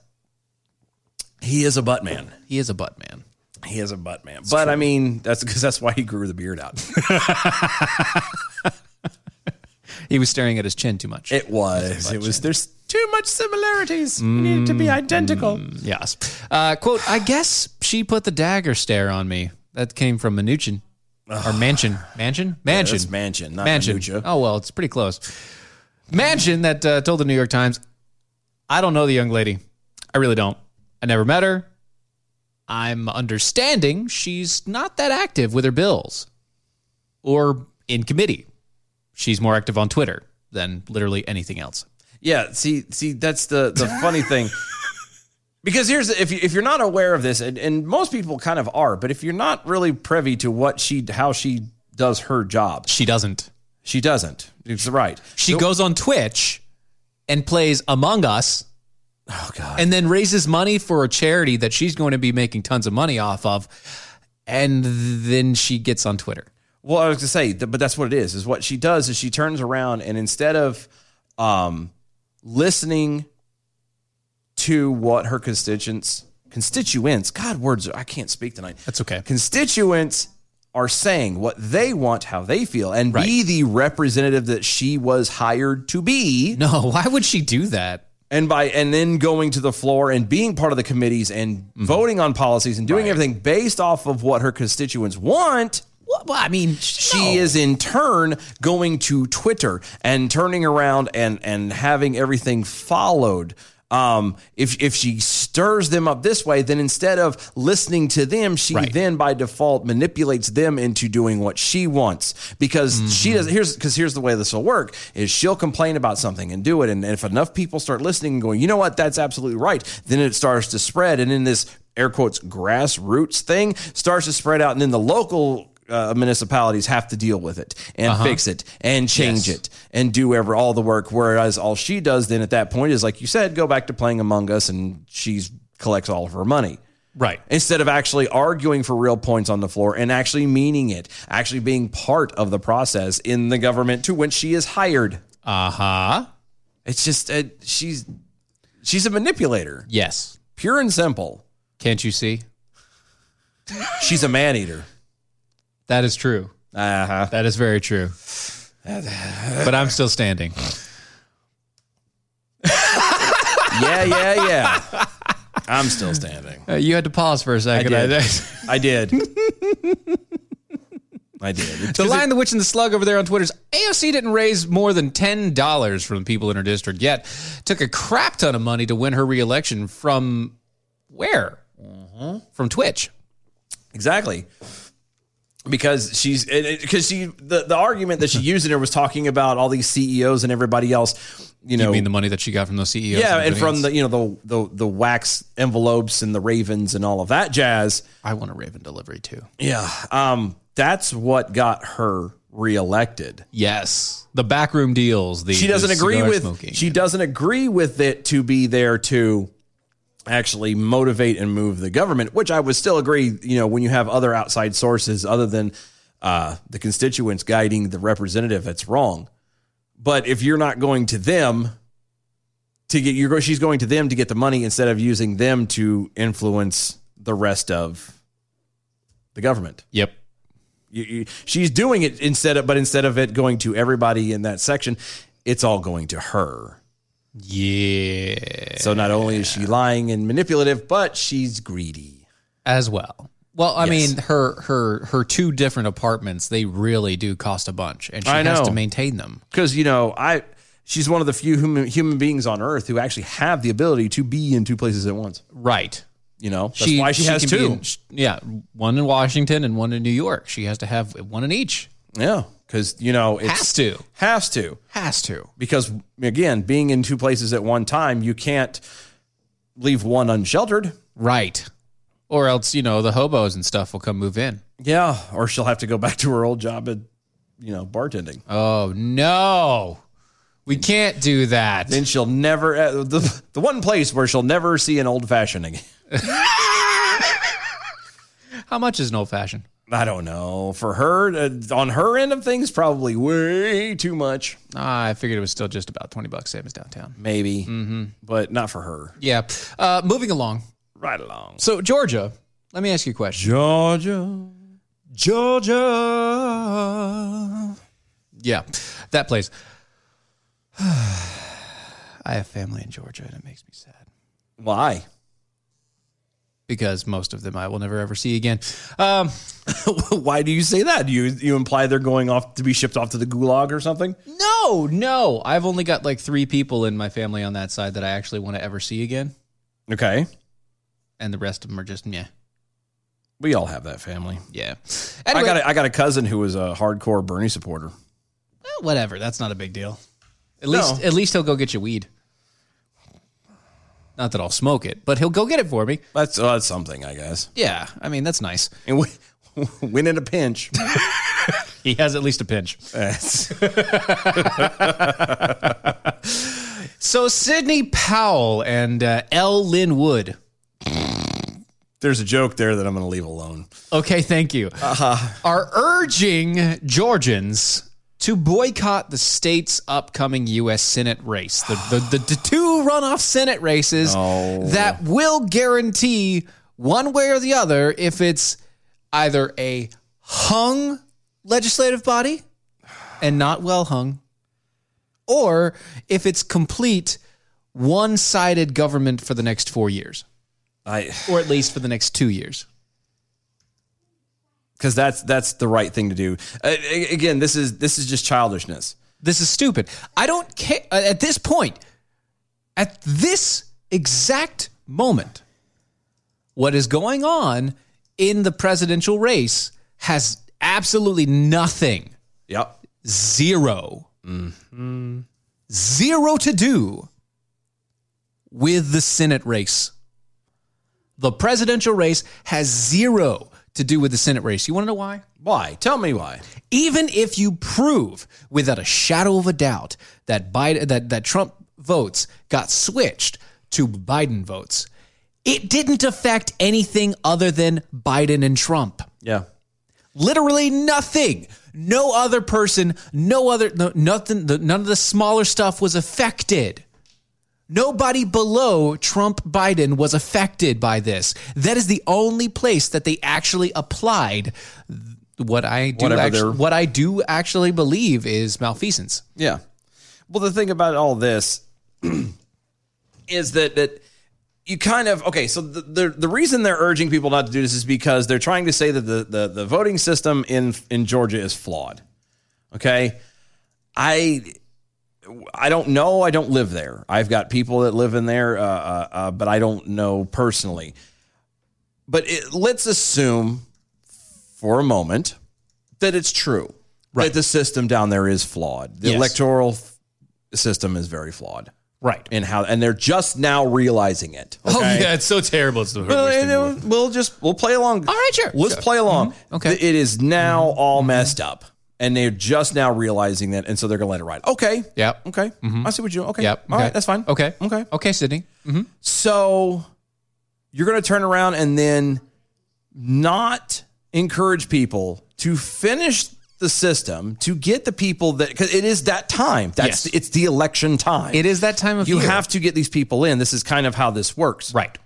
Speaker 6: He is a butt man.
Speaker 5: He is a butt man.
Speaker 6: He is a butt man. but I mean, that's because that's why he grew the beard [laughs] out.
Speaker 5: He was staring at his chin too much.
Speaker 6: It was. It was. There's too much similarities. We need to be identical.
Speaker 5: Yes. Uh, quote, I guess she put the dagger stare on me. That came from Mnuchin.
Speaker 6: [sighs]
Speaker 5: Or Mansion. Mansion? Mansion.
Speaker 6: that's Manchin, not Mnuchin.
Speaker 5: Oh, well, it's pretty close. Mansion that uh, told the New York Times, I don't know the young lady. I really don't. I never met her. I'm understanding she's not that active with her bills or in committee. She's more active on Twitter than literally anything else.
Speaker 6: Yeah. See. See. That's the the funny [laughs] thing. Because here's if you, if you're not aware of this, and, and most people kind of are, but if you're not really privy to what she how she does her job,
Speaker 5: she doesn't.
Speaker 6: She doesn't. It's right.
Speaker 5: She goes on Twitch and plays Among Us.
Speaker 6: Oh God!
Speaker 5: And then raises money for a charity that she's going to be making tons of money off of, and then she gets on Twitter. [laughs]
Speaker 6: Well, I was gonna say, th- but that's what it is. Is what she does is she turns around and instead of um, listening to what her constituents constituents God words I can't speak tonight.
Speaker 5: That's okay.
Speaker 6: Constituents are saying what they want, how they feel, and be the representative that she was hired to be.
Speaker 5: No, why would she do that?
Speaker 6: And by and then going to the floor and being part of the committees and
Speaker 5: Mm-hmm.
Speaker 6: voting on policies and doing everything based off of what her constituents want.
Speaker 5: Well, I mean,
Speaker 6: she is in turn going to Twitter and turning around and and having everything followed. Um, if if she stirs them up this way, then instead of listening to them, she then by default manipulates them into doing what she wants because she does. Here's because here's the way this will work: is she'll complain about something and do it, and, and if enough people start listening and going, you know what, that's absolutely right, then it starts to spread, and in this air quotes grassroots thing starts to spread out, and then the local uh, municipalities have to deal with it and
Speaker 5: Uh-huh.
Speaker 6: fix it and change it and do ever all the work. Whereas all she does then at that point is, like you said, go back to playing Among Us and she's collects all of her money.
Speaker 5: Right.
Speaker 6: Instead of actually arguing for real points on the floor and actually meaning it, actually being part of the process in the government to when she is hired.
Speaker 5: Uh huh.
Speaker 6: It's just uh, she's she's a manipulator,
Speaker 5: Yes.
Speaker 6: pure and simple.
Speaker 5: Can't you see?
Speaker 6: She's a man eater.
Speaker 5: That is true.
Speaker 6: Uh-huh.
Speaker 5: That is very true. [sighs] but I'm still standing.
Speaker 6: Yeah, yeah, yeah. I'm still standing.
Speaker 5: Uh, you had to pause for a second. [laughs]
Speaker 6: I did. [laughs] I did. I did.
Speaker 5: [laughs]
Speaker 6: It's
Speaker 5: The
Speaker 6: 'cause
Speaker 5: Lion, the Witch, and the Slug over there on Twitter's AFC didn't raise more than ten dollars from the people in her district yet. Took a crap ton of money to win her reelection from where? Mm-hmm. From Twitch.
Speaker 6: Exactly. Because
Speaker 5: [laughs]
Speaker 6: she's because she the, the argument that she used in her was talking about all these CEOs and E everybody else you know,
Speaker 5: you mean the money that she got from those E CEOs?
Speaker 6: yeah, and
Speaker 5: everybody
Speaker 6: from
Speaker 5: else?
Speaker 6: the you know the the the wax envelopes and the ravens and all of that jazz.
Speaker 5: I want a raven delivery too.
Speaker 6: Yeah, um, that's what got her reelected.
Speaker 5: Yes, the backroom deals. The
Speaker 6: she doesn't
Speaker 5: the
Speaker 6: agree
Speaker 5: cigar
Speaker 6: with
Speaker 5: smoking.
Speaker 6: she doesn't agree with it to be there to actually motivate and move the government which i would still agree you know when you have other outside sources other than uh, the constituents guiding the representative that's wrong but if you're not going to them to get you're go- she's going to them to get the money instead of using them to influence the rest of the government
Speaker 5: Yep.
Speaker 6: you, you, she's doing it instead of, but instead of it going to everybody in that section, it's all going to her.
Speaker 5: Yeah.
Speaker 6: So not only is she lying and manipulative, but she's greedy.
Speaker 5: as well. Well, I mean, her her her two different apartments they really do cost a bunch, and she
Speaker 6: I
Speaker 5: has to
Speaker 6: know.
Speaker 5: maintain them.
Speaker 6: Because you know, I she's one of the few human human beings on Earth who actually have the ability to be in two places at once.
Speaker 5: Right.
Speaker 6: You know, that's why she, has
Speaker 5: can be
Speaker 6: two.
Speaker 5: in- sh- yeah, one in Washington and one in New York. She has to have one in each.
Speaker 6: yeah, because you know, it's,
Speaker 5: Has to.
Speaker 6: has to.
Speaker 5: Has to.
Speaker 6: because again, being in two places at one time, you can't leave one unsheltered.
Speaker 5: Right. Or else, you know, the hobos and stuff will come move in.
Speaker 6: Yeah, or she'll have to go back to her old job at you know bartending.
Speaker 5: Oh no, we can't do that.
Speaker 6: Then she'll never uh, the the one place where she'll never see an old fashioned again. [laughs]
Speaker 5: How much is an old fashioned?
Speaker 6: I don't know. For her, uh, on her end of things, probably way too much.
Speaker 5: Ah, I figured it was still just about twenty bucks, same as downtown.
Speaker 6: Maybe, but not for her.
Speaker 5: Yeah. Uh, moving along.
Speaker 6: Right along,
Speaker 5: So Georgia, let me ask you a question.
Speaker 6: Georgia, Georgia.
Speaker 5: Yeah, that place. [sighs] I have family in Georgia, and it makes me sad
Speaker 6: Why?
Speaker 5: because most of them I will never ever see again. Um, [coughs]
Speaker 6: [laughs] Why do you say that? You you imply they're going off to be shipped off to the gulag or something?
Speaker 5: no, no, I've only got like three people in my family on that side that I actually want to ever see again,
Speaker 6: Okay,
Speaker 5: and the rest of them are just yeah,
Speaker 6: we all have that family.
Speaker 5: yeah. Anyway,
Speaker 6: I got a, I got a cousin who was a hardcore Bernie supporter.
Speaker 5: eh, whatever. That's not a big deal. At
Speaker 6: No.
Speaker 5: least, at least he'll go get you weed. Not that I'll smoke it, but he'll go get it for me.
Speaker 6: That's uh, that's something, I guess.
Speaker 5: Yeah, I mean that's nice.
Speaker 6: And we, [laughs] when in a pinch, [laughs]
Speaker 5: He has at least a pinch.
Speaker 6: that's-
Speaker 5: So Sidney Powell and uh, L. Lynn Wood.
Speaker 6: there's a joke there that I'm going to leave alone.
Speaker 5: Okay, thank you. Are urging Georgians to boycott the state's upcoming U.S. Senate race, the the, the, the two runoff Senate races that will guarantee one way or the other if it's either a hung legislative body and not well hung, or if it's complete one sided government for the next four years,
Speaker 6: I
Speaker 5: or at least for the next two years.
Speaker 6: because that's that's the right thing to do. Uh, a- again, this is this is just childishness.
Speaker 5: This is stupid. I don't care. uh, At this point, at this exact moment, what is going on in the presidential race has absolutely nothing,
Speaker 6: Yep.
Speaker 5: 0 zero to do with the Senate race. The presidential race has zero to do with the Senate race. You want to know why?
Speaker 6: Why? Tell me why.
Speaker 5: even if you prove without a shadow of a doubt that Biden that, that Trump votes got switched to Biden votes, it didn't affect anything other than Biden and Trump.
Speaker 6: Yeah.
Speaker 5: Literally nothing. No other person, no other no, nothing the, none of the smaller stuff was affected. Nobody below Trump Biden was affected by this. That is the only place that they actually applied what I do
Speaker 6: Whatever
Speaker 5: actu-
Speaker 6: they're-
Speaker 5: what I do actually believe is malfeasance.
Speaker 6: Yeah. Well, the thing about all this [clears throat] is that that you kind of okay. So the, the the reason they're urging people not to do this is because they're trying to say that the the, the voting system in in Georgia is flawed. Okay, I. I don't know. I don't live there. I've got people that live in there, uh, uh, uh, but I don't know personally. But it, let's assume for a moment that it's true that the system down there is flawed. The
Speaker 5: Yes.
Speaker 6: electoral f- system is very flawed.
Speaker 11: Right.
Speaker 6: And how and they're just now realizing it.
Speaker 11: Oh
Speaker 6: okay?
Speaker 11: yeah, it's so terrible. It's the
Speaker 6: Well,
Speaker 11: worst
Speaker 6: and uh,
Speaker 11: thing.
Speaker 6: then we'll just we'll play along. All right, sure. Let's play along. Okay. It is now all messed up, and they're just now realizing that, and so they're gonna let it ride. Okay.
Speaker 5: Yep.
Speaker 6: Okay. I see what you. Okay.
Speaker 5: Yep.
Speaker 6: All
Speaker 5: Okay.
Speaker 6: right. That's fine.
Speaker 5: Okay.
Speaker 6: Okay.
Speaker 5: Okay, Sydney. Mm-hmm.
Speaker 6: So you're gonna turn around and then not encourage people to finish the system to get the people that because it is that time. That's it's the election time.
Speaker 5: It is that time of
Speaker 6: you
Speaker 5: year.
Speaker 6: have to get these people in. This is kind of how this works.
Speaker 11: Right.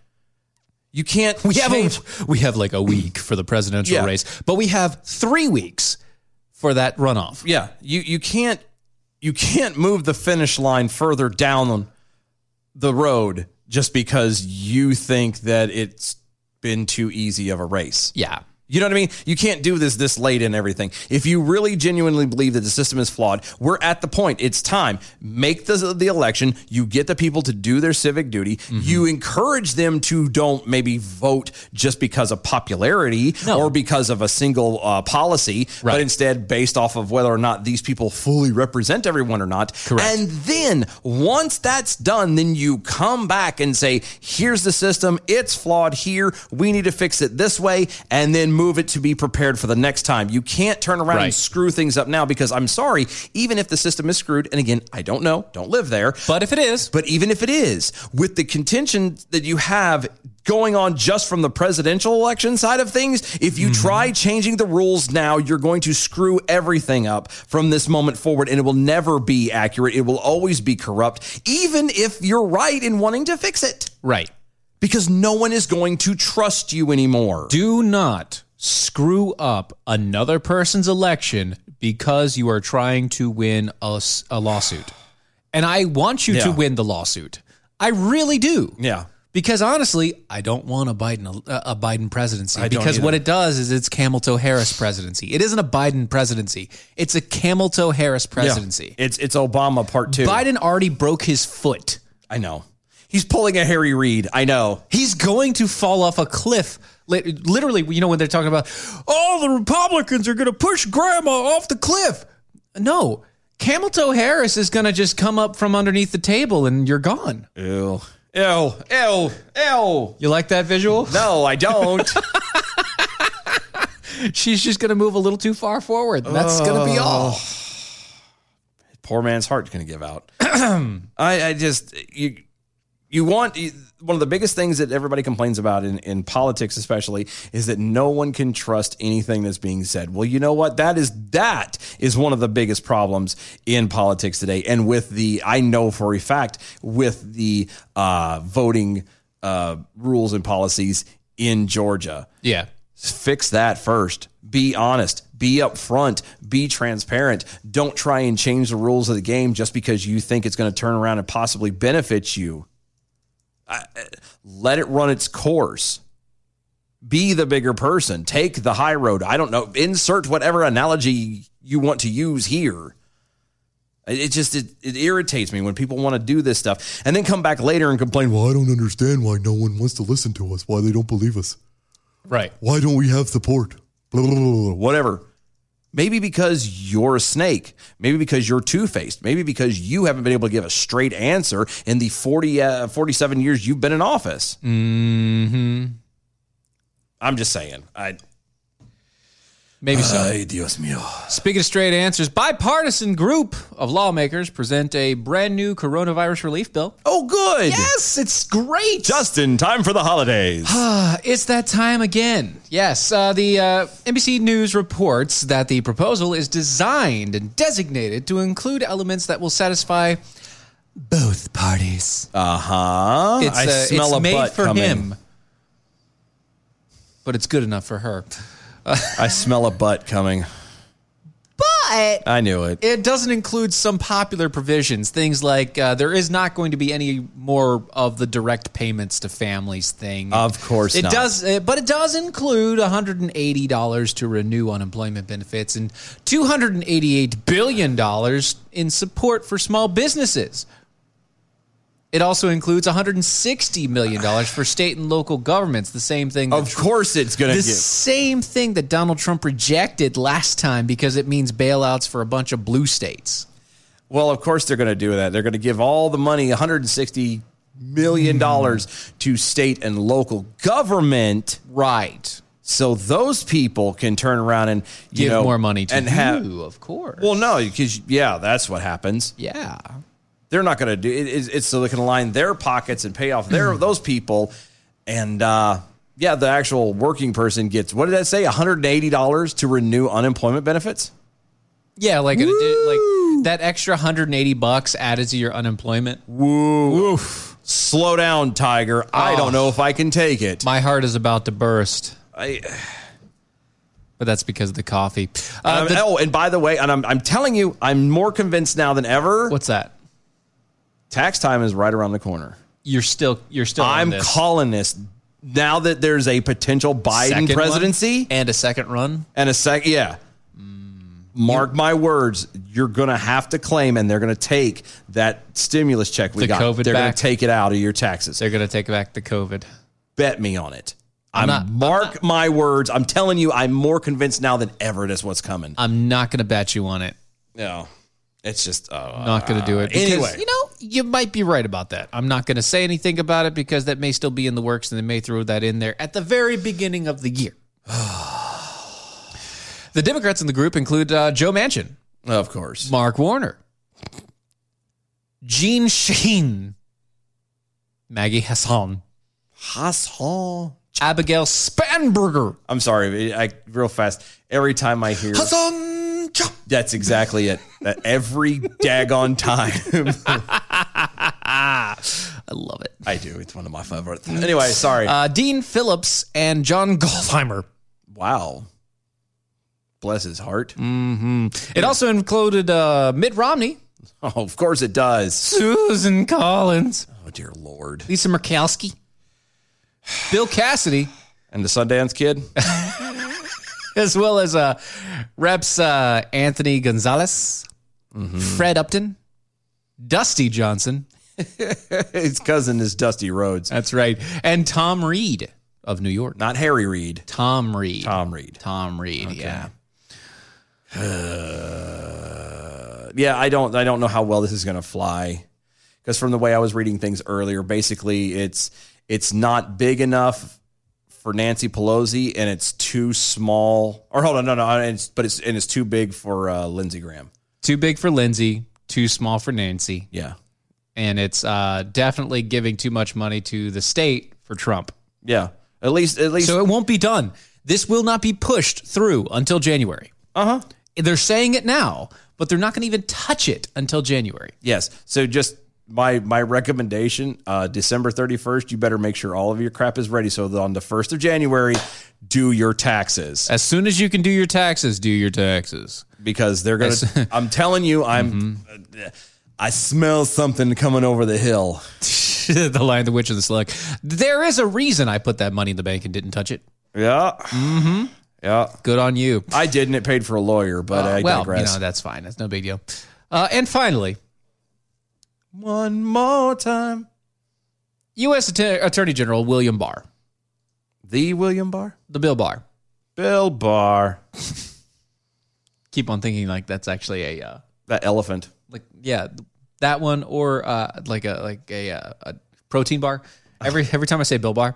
Speaker 6: You can't.
Speaker 5: We have
Speaker 6: change-
Speaker 5: a, we have
Speaker 6: [clears throat]
Speaker 5: like a week for the presidential
Speaker 6: Yeah.
Speaker 5: race, but we have three weeks for that runoff.
Speaker 6: Yeah, you you can't you can't move the finish line further down the road just because you think that it's been too easy of a race.
Speaker 5: Yeah.
Speaker 6: You know what I mean? You can't do this this late in everything. If you really genuinely believe that the system is flawed, we're at the point. It's time. Make the, the election. You get the people to do their civic duty. You encourage them to don't maybe vote just because of popularity or because of a single uh, policy, but instead based off of whether or not these people fully represent everyone or not. Correct. And then once that's done, then you come back and say, here's the system. It's flawed here. We need to fix it this way and then move it to be prepared for the next time. You can't turn around
Speaker 5: Right.
Speaker 6: and screw things up now because I'm sorry, even if the system is screwed, and again, I don't know, don't live there.
Speaker 5: But if it is,
Speaker 6: but even if it is, with the contention that you have going on just from the presidential election side of things, if you try changing the rules now, you're going to screw everything up from this moment forward and it will never be accurate. It will always be corrupt, even if you're right in wanting to fix it.
Speaker 5: Right.
Speaker 6: Because no one is going to trust you anymore.
Speaker 5: Do not screw up another person's election because you are trying to win a, s- a lawsuit. And I want you to
Speaker 6: Yeah.
Speaker 5: win the lawsuit. I really do.
Speaker 6: Yeah.
Speaker 5: Because honestly, I don't want a Biden a Biden presidency
Speaker 6: I don't
Speaker 5: because what
Speaker 6: either.
Speaker 5: it does is it's Camel Toe Harris presidency. It isn't a Biden presidency. It's a Camel Toe Harris presidency.
Speaker 6: Yeah. It's it's Obama part two.
Speaker 5: Biden already broke his foot.
Speaker 6: I know. He's pulling a Harry Reid. I know.
Speaker 5: He's going to fall off a cliff. Lit- Literally, you know, when they're talking about, oh, the Republicans are going to push grandma off the cliff. No, Camel Toe Harris is going to just come up from underneath the table and you're gone.
Speaker 6: Ew. Ew. Ew. Ew.
Speaker 5: You like that visual?
Speaker 6: No, I don't.
Speaker 5: [laughs] She's just going to move a little too far forward. and That's going to be all.
Speaker 6: Oh. poor man's heart's going to
Speaker 5: [clears throat]
Speaker 6: give out. I, I just you you want you- one of the biggest things that everybody complains about in, in politics, especially, is that no one can trust anything that's being said. Well, you know what? That is that is one of the biggest problems in politics today, and with the I know for a fact with the uh, voting uh, rules and policies in Georgia
Speaker 5: Yeah.
Speaker 6: fix that first. Be honest, be upfront, be transparent. Don't try and change the rules of the game just because you think it's going to turn around and possibly benefit you. I- I- let it run its course. Be the bigger person. Take the high road. I don't know. Insert whatever analogy you want to use here. It it just it, it irritates me when people want to do this stuff and then come back later and complain. Well, I don't understand why no one wants to listen to us. Why they don't believe us
Speaker 5: Right.
Speaker 6: why don't we have support? Blah, blah, blah, blah, blah, whatever. Maybe because you're a snake. Maybe because you're two faced. Maybe because you haven't been able to give a straight answer in the 40, uh, 47 years you've been in office.
Speaker 5: Mm-hmm.
Speaker 6: I'm just saying. I,
Speaker 5: Maybe so.
Speaker 6: Ay, Dios mío.
Speaker 5: Speaking of straight answers, bipartisan group of lawmakers present a brand new coronavirus relief bill.
Speaker 6: Oh, good.
Speaker 5: Yes, it's great.
Speaker 6: Just in time for the [sighs] holidays.
Speaker 5: Ah, it's that time again. Yes, uh, the uh, NBC News reports that the proposal is designed and designated to include elements that will satisfy both parties.
Speaker 6: Uh huh.
Speaker 5: It's,
Speaker 6: I
Speaker 5: uh,
Speaker 6: smell
Speaker 5: it's
Speaker 6: a
Speaker 5: made
Speaker 6: butt
Speaker 5: for
Speaker 6: coming.
Speaker 5: him, but it's good enough for her.
Speaker 6: I smell a butt coming.
Speaker 5: But
Speaker 6: I knew it.
Speaker 5: It doesn't include some popular provisions, things like uh, there is not going to be any more of the direct payments to families thing.
Speaker 6: Of course
Speaker 5: it
Speaker 6: not.
Speaker 5: does, uh, but it does include one hundred and eighty dollars to renew unemployment benefits and two hundred and eighty-eight billion dollars in support for small businesses. It also includes one hundred and sixty million dollars for state and local governments. The same thing. that
Speaker 6: Of course it's going to
Speaker 5: the
Speaker 6: give.
Speaker 5: same thing that Donald Trump rejected last time because it means bailouts for a bunch of blue states.
Speaker 6: Well, of course they're going to do that. They're going to give all the money, 160
Speaker 5: Hmm.
Speaker 6: million dollars to state and local government.
Speaker 5: Right.
Speaker 6: So those people can turn around and you
Speaker 5: Give
Speaker 6: know,
Speaker 5: more money to
Speaker 6: and have
Speaker 5: you, of course.
Speaker 6: Well, no, because yeah, that's what happens.
Speaker 5: Yeah.
Speaker 6: They're not going to do it. It's, it's so they can line their pockets and pay off
Speaker 5: Hmm.
Speaker 6: their those people, and uh, yeah, the actual working person gets what did I say? One hundred and eighty dollars to renew unemployment benefits.
Speaker 5: Yeah, like an, addi- like that extra 180 bucks added to your unemployment. Woo.
Speaker 6: Oof. Slow down, Tiger. I
Speaker 5: Ah.
Speaker 6: don't know if I can take it.
Speaker 5: My heart is about to burst.
Speaker 6: I,
Speaker 5: but that's because of the coffee.
Speaker 6: Uh, oh, and by the way, and I'm, I'm telling you, I'm more convinced now than ever.
Speaker 5: What's that?
Speaker 6: Tax time is right around the corner.
Speaker 5: You're still you're still.
Speaker 6: I'm
Speaker 5: on this.
Speaker 6: calling this now that there's a potential Biden
Speaker 5: Second one
Speaker 6: presidency
Speaker 5: and a second run.
Speaker 6: and a sec. Yeah,
Speaker 5: Mm.
Speaker 6: mark my words, you're gonna have to claim, and they're gonna take that stimulus check we
Speaker 5: The
Speaker 6: got.
Speaker 5: COVID
Speaker 6: they're
Speaker 5: back.
Speaker 6: gonna take it out of your taxes.
Speaker 5: They're gonna take back the COVID.
Speaker 6: Bet me on it. I'm, mark my words. I'm telling you, I'm more convinced now than ever. That's what's coming.
Speaker 5: I'm not gonna bet you on it.
Speaker 6: No, it's just uh,
Speaker 5: Not gonna do it. because,
Speaker 6: Anyway,
Speaker 5: you know you might be right about that. I'm not gonna say anything about it because that may still be in the works, and they may throw that in there at the very beginning of the year. [sighs] the Democrats in the group include uh, Joe Manchin,
Speaker 6: of course.
Speaker 5: Mark Warner, Gene Sheen, Maggie Hassan,
Speaker 6: Hassan,
Speaker 5: Abigail Spanberger.
Speaker 6: I'm sorry, I real fast. Every time I hear
Speaker 5: Hassan. Chop.
Speaker 6: that's exactly it. That every daggone time. [laughs]
Speaker 5: I love it.
Speaker 6: I do. It's one of my favorite. things. Anyway, sorry.
Speaker 5: Uh, Dean Phillips and John Goldheimer.
Speaker 6: wow. Bless his heart.
Speaker 5: It also included uh, Mitt Romney,
Speaker 6: Oh, of course it does.
Speaker 5: Susan Collins,
Speaker 6: Oh dear lord.
Speaker 5: Lisa Murkowski, Bill Cassidy,
Speaker 6: And the Sundance Kid. [laughs]
Speaker 5: as well as uh, reps uh, Anthony Gonzalez, Fred Upton, Dusty Johnson.
Speaker 6: his cousin is Dusty Rhodes,
Speaker 5: That's right, and Tom Reed of New York.
Speaker 6: not Harry Reid.
Speaker 5: Tom Reed.
Speaker 6: Tom Reed.
Speaker 5: Tom Reed. Yeah.
Speaker 6: Uh, yeah, I don't. I don't know how well this is going to fly because from the way I was reading things earlier, basically it's it's not big enough for Nancy Pelosi, and it's too small. Or hold on, no, no, and it's, but it's and it's too big for uh, Lindsey Graham.
Speaker 5: Too big for Lindsay. Too small for Nancy.
Speaker 6: Yeah,
Speaker 5: and it's uh, definitely giving too much money to the state for Trump.
Speaker 6: yeah. At least, at least.
Speaker 5: So it won't be done. This will not be pushed through until January.
Speaker 6: uh huh.
Speaker 5: They're saying it now, but they're not going to even touch it until January.
Speaker 6: Yes. So just my my recommendation, uh, December thirty first, you better make sure all of your crap is ready. So that on the first of January, do your taxes
Speaker 5: As soon as you can do your taxes, do your taxes. [laughs]
Speaker 6: because they're gonna. [laughs] I'm telling you, I'm. Mm-hmm. uh, I smell something coming over the hill.
Speaker 5: the Lion, the Witch, and the Slug. There is a reason I put that money in the bank and didn't touch it.
Speaker 6: Yeah. Mm-hmm. Yeah. Uh,
Speaker 5: Good on you. Uh,
Speaker 6: I didn't. It paid for a lawyer, but I
Speaker 5: well,
Speaker 6: digress.
Speaker 5: you know that's fine. That's no big deal. Uh, and finally,
Speaker 6: One more time.
Speaker 5: U.S. Atte- Attorney General William Barr,
Speaker 6: The William Barr.
Speaker 5: the Bill Barr.
Speaker 6: Bill Barr.
Speaker 5: Keep on thinking like that's actually a uh,
Speaker 6: That elephant.
Speaker 5: like yeah that one or uh like a like a, uh, a protein bar every every time i say bill bar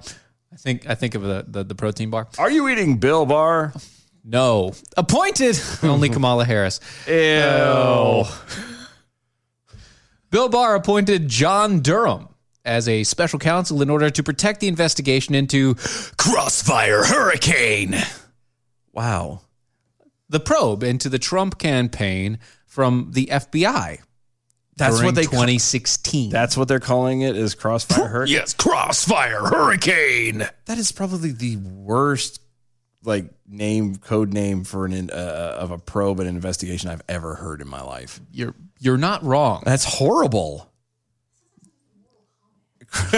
Speaker 5: i think i think of the the, the protein bar
Speaker 6: Are you eating Bill Barr?
Speaker 5: no appointed [laughs] only kamala harris
Speaker 6: Ew. Oh.
Speaker 5: bill barr appointed john durham as a special counsel in order to protect the investigation into crossfire hurricane
Speaker 6: Wow.
Speaker 5: the probe into the trump campaign from the fbi
Speaker 6: That's
Speaker 5: during
Speaker 6: what they. call-
Speaker 5: 2016
Speaker 6: That's what they're calling it
Speaker 5: [laughs]
Speaker 6: is crossfire hurricane.
Speaker 9: Yes, Crossfire Hurricane.
Speaker 6: That is probably the worst like name code name for an in- uh, of a probe and investigation I've ever heard in my life.
Speaker 5: you're you're not wrong
Speaker 6: That's horrible. [laughs] it's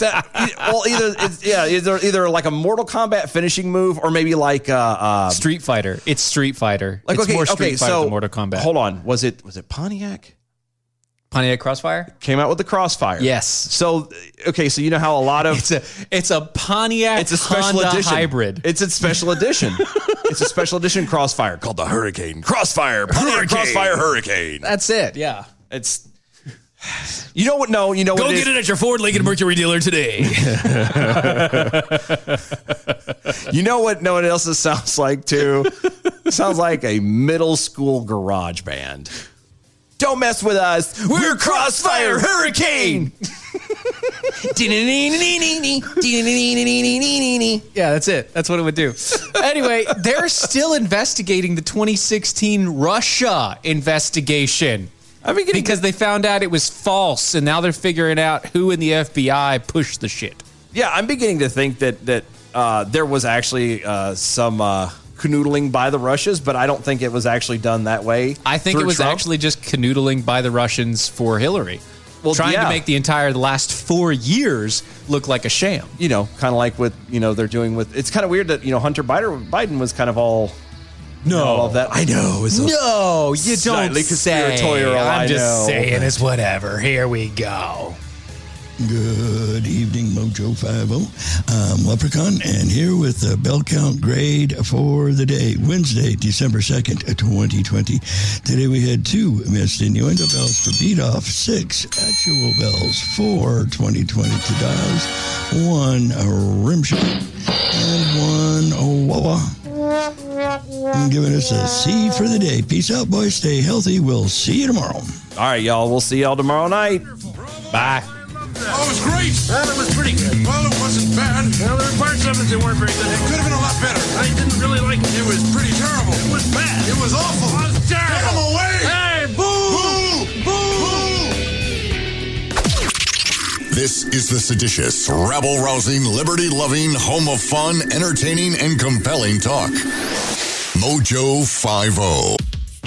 Speaker 6: that, well either it's, yeah either either like a Mortal Kombat finishing move or maybe like uh, uh
Speaker 5: Street Fighter. It's Street Fighter.
Speaker 6: like
Speaker 5: it's
Speaker 6: okay
Speaker 5: more Street
Speaker 6: okay
Speaker 5: Fighter
Speaker 6: so
Speaker 5: than Mortal Kombat.
Speaker 6: Hold on, was it was it Pontiac
Speaker 5: Pontiac Crossfire?
Speaker 6: came out with the Crossfire?
Speaker 5: Yes.
Speaker 6: So okay, so you
Speaker 5: [laughs]
Speaker 6: know how a lot of
Speaker 5: It's a it's a Pontiac
Speaker 6: it's a special
Speaker 5: Honda
Speaker 6: edition
Speaker 5: hybrid. [laughs]
Speaker 6: It's a special edition. It's a special edition Crossfire called the Hurricane. Crossfire, Pontiac
Speaker 5: Hurricane.
Speaker 6: Crossfire Hurricane.
Speaker 5: That's it. Yeah.
Speaker 6: It's you know what? No, you know
Speaker 12: Go
Speaker 6: what
Speaker 12: get it at your Ford Lincoln Mercury dealer
Speaker 5: [laughs]
Speaker 6: [laughs]
Speaker 12: today.
Speaker 6: you know what? No one else this sounds
Speaker 5: [laughs]
Speaker 6: like too. sounds like a middle school garage band. Don't mess with us. We're, Crossfire Hurricane.
Speaker 5: yeah, that's it. That's what it would do. Anyway, they're still investigating the 2016 Russia investigation. I mean, because they found out it was false, and now they're figuring out who in the FBI pushed the shit.
Speaker 6: Yeah, I'm beginning to think that that uh, there was actually uh, some uh, canoodling by the Russians, but I don't think it was actually done that way.
Speaker 5: I think it was actually just canoodling by the Russians for Hillary. Well, trying
Speaker 6: yeah.
Speaker 5: to make the entire last four years look like a sham.
Speaker 6: you know, kind of like what you know they're doing with. It's kind of weird that you know Hunter Biden, Biden was kind of all. No, all of that I know. it's a
Speaker 5: No, you don't
Speaker 6: slightly
Speaker 5: say.
Speaker 6: conspiratorial,
Speaker 5: I'm
Speaker 6: I know.
Speaker 5: just saying it's whatever. Here we go.
Speaker 13: Good evening, Mojo 50. I'm Leprechaun, and here with the bell count grade for the day, Wednesday, December 2nd, 2020. Today we had two missed innuendo bells for beat off, six actual bells for 2020 to dials, one rim shot, and one wawa. And Giving us a C for the day. Peace out, boys. Stay healthy. We'll see you tomorrow.
Speaker 6: All right, y'all. We'll see y'all tomorrow night. Bye.
Speaker 8: Oh, it was great. Well, it was pretty good. Well, it wasn't bad. Well, there were parts of it that weren't very good. It could have been a lot better. I didn't really like it. It was pretty terrible. It was bad. It was awful. It was terrible. Get him away. Hey, Boo! Boo! boo.
Speaker 14: This is the seditious, rabble rousing, liberty loving, home of fun, entertaining, and compelling talk. Mojo oh. 50.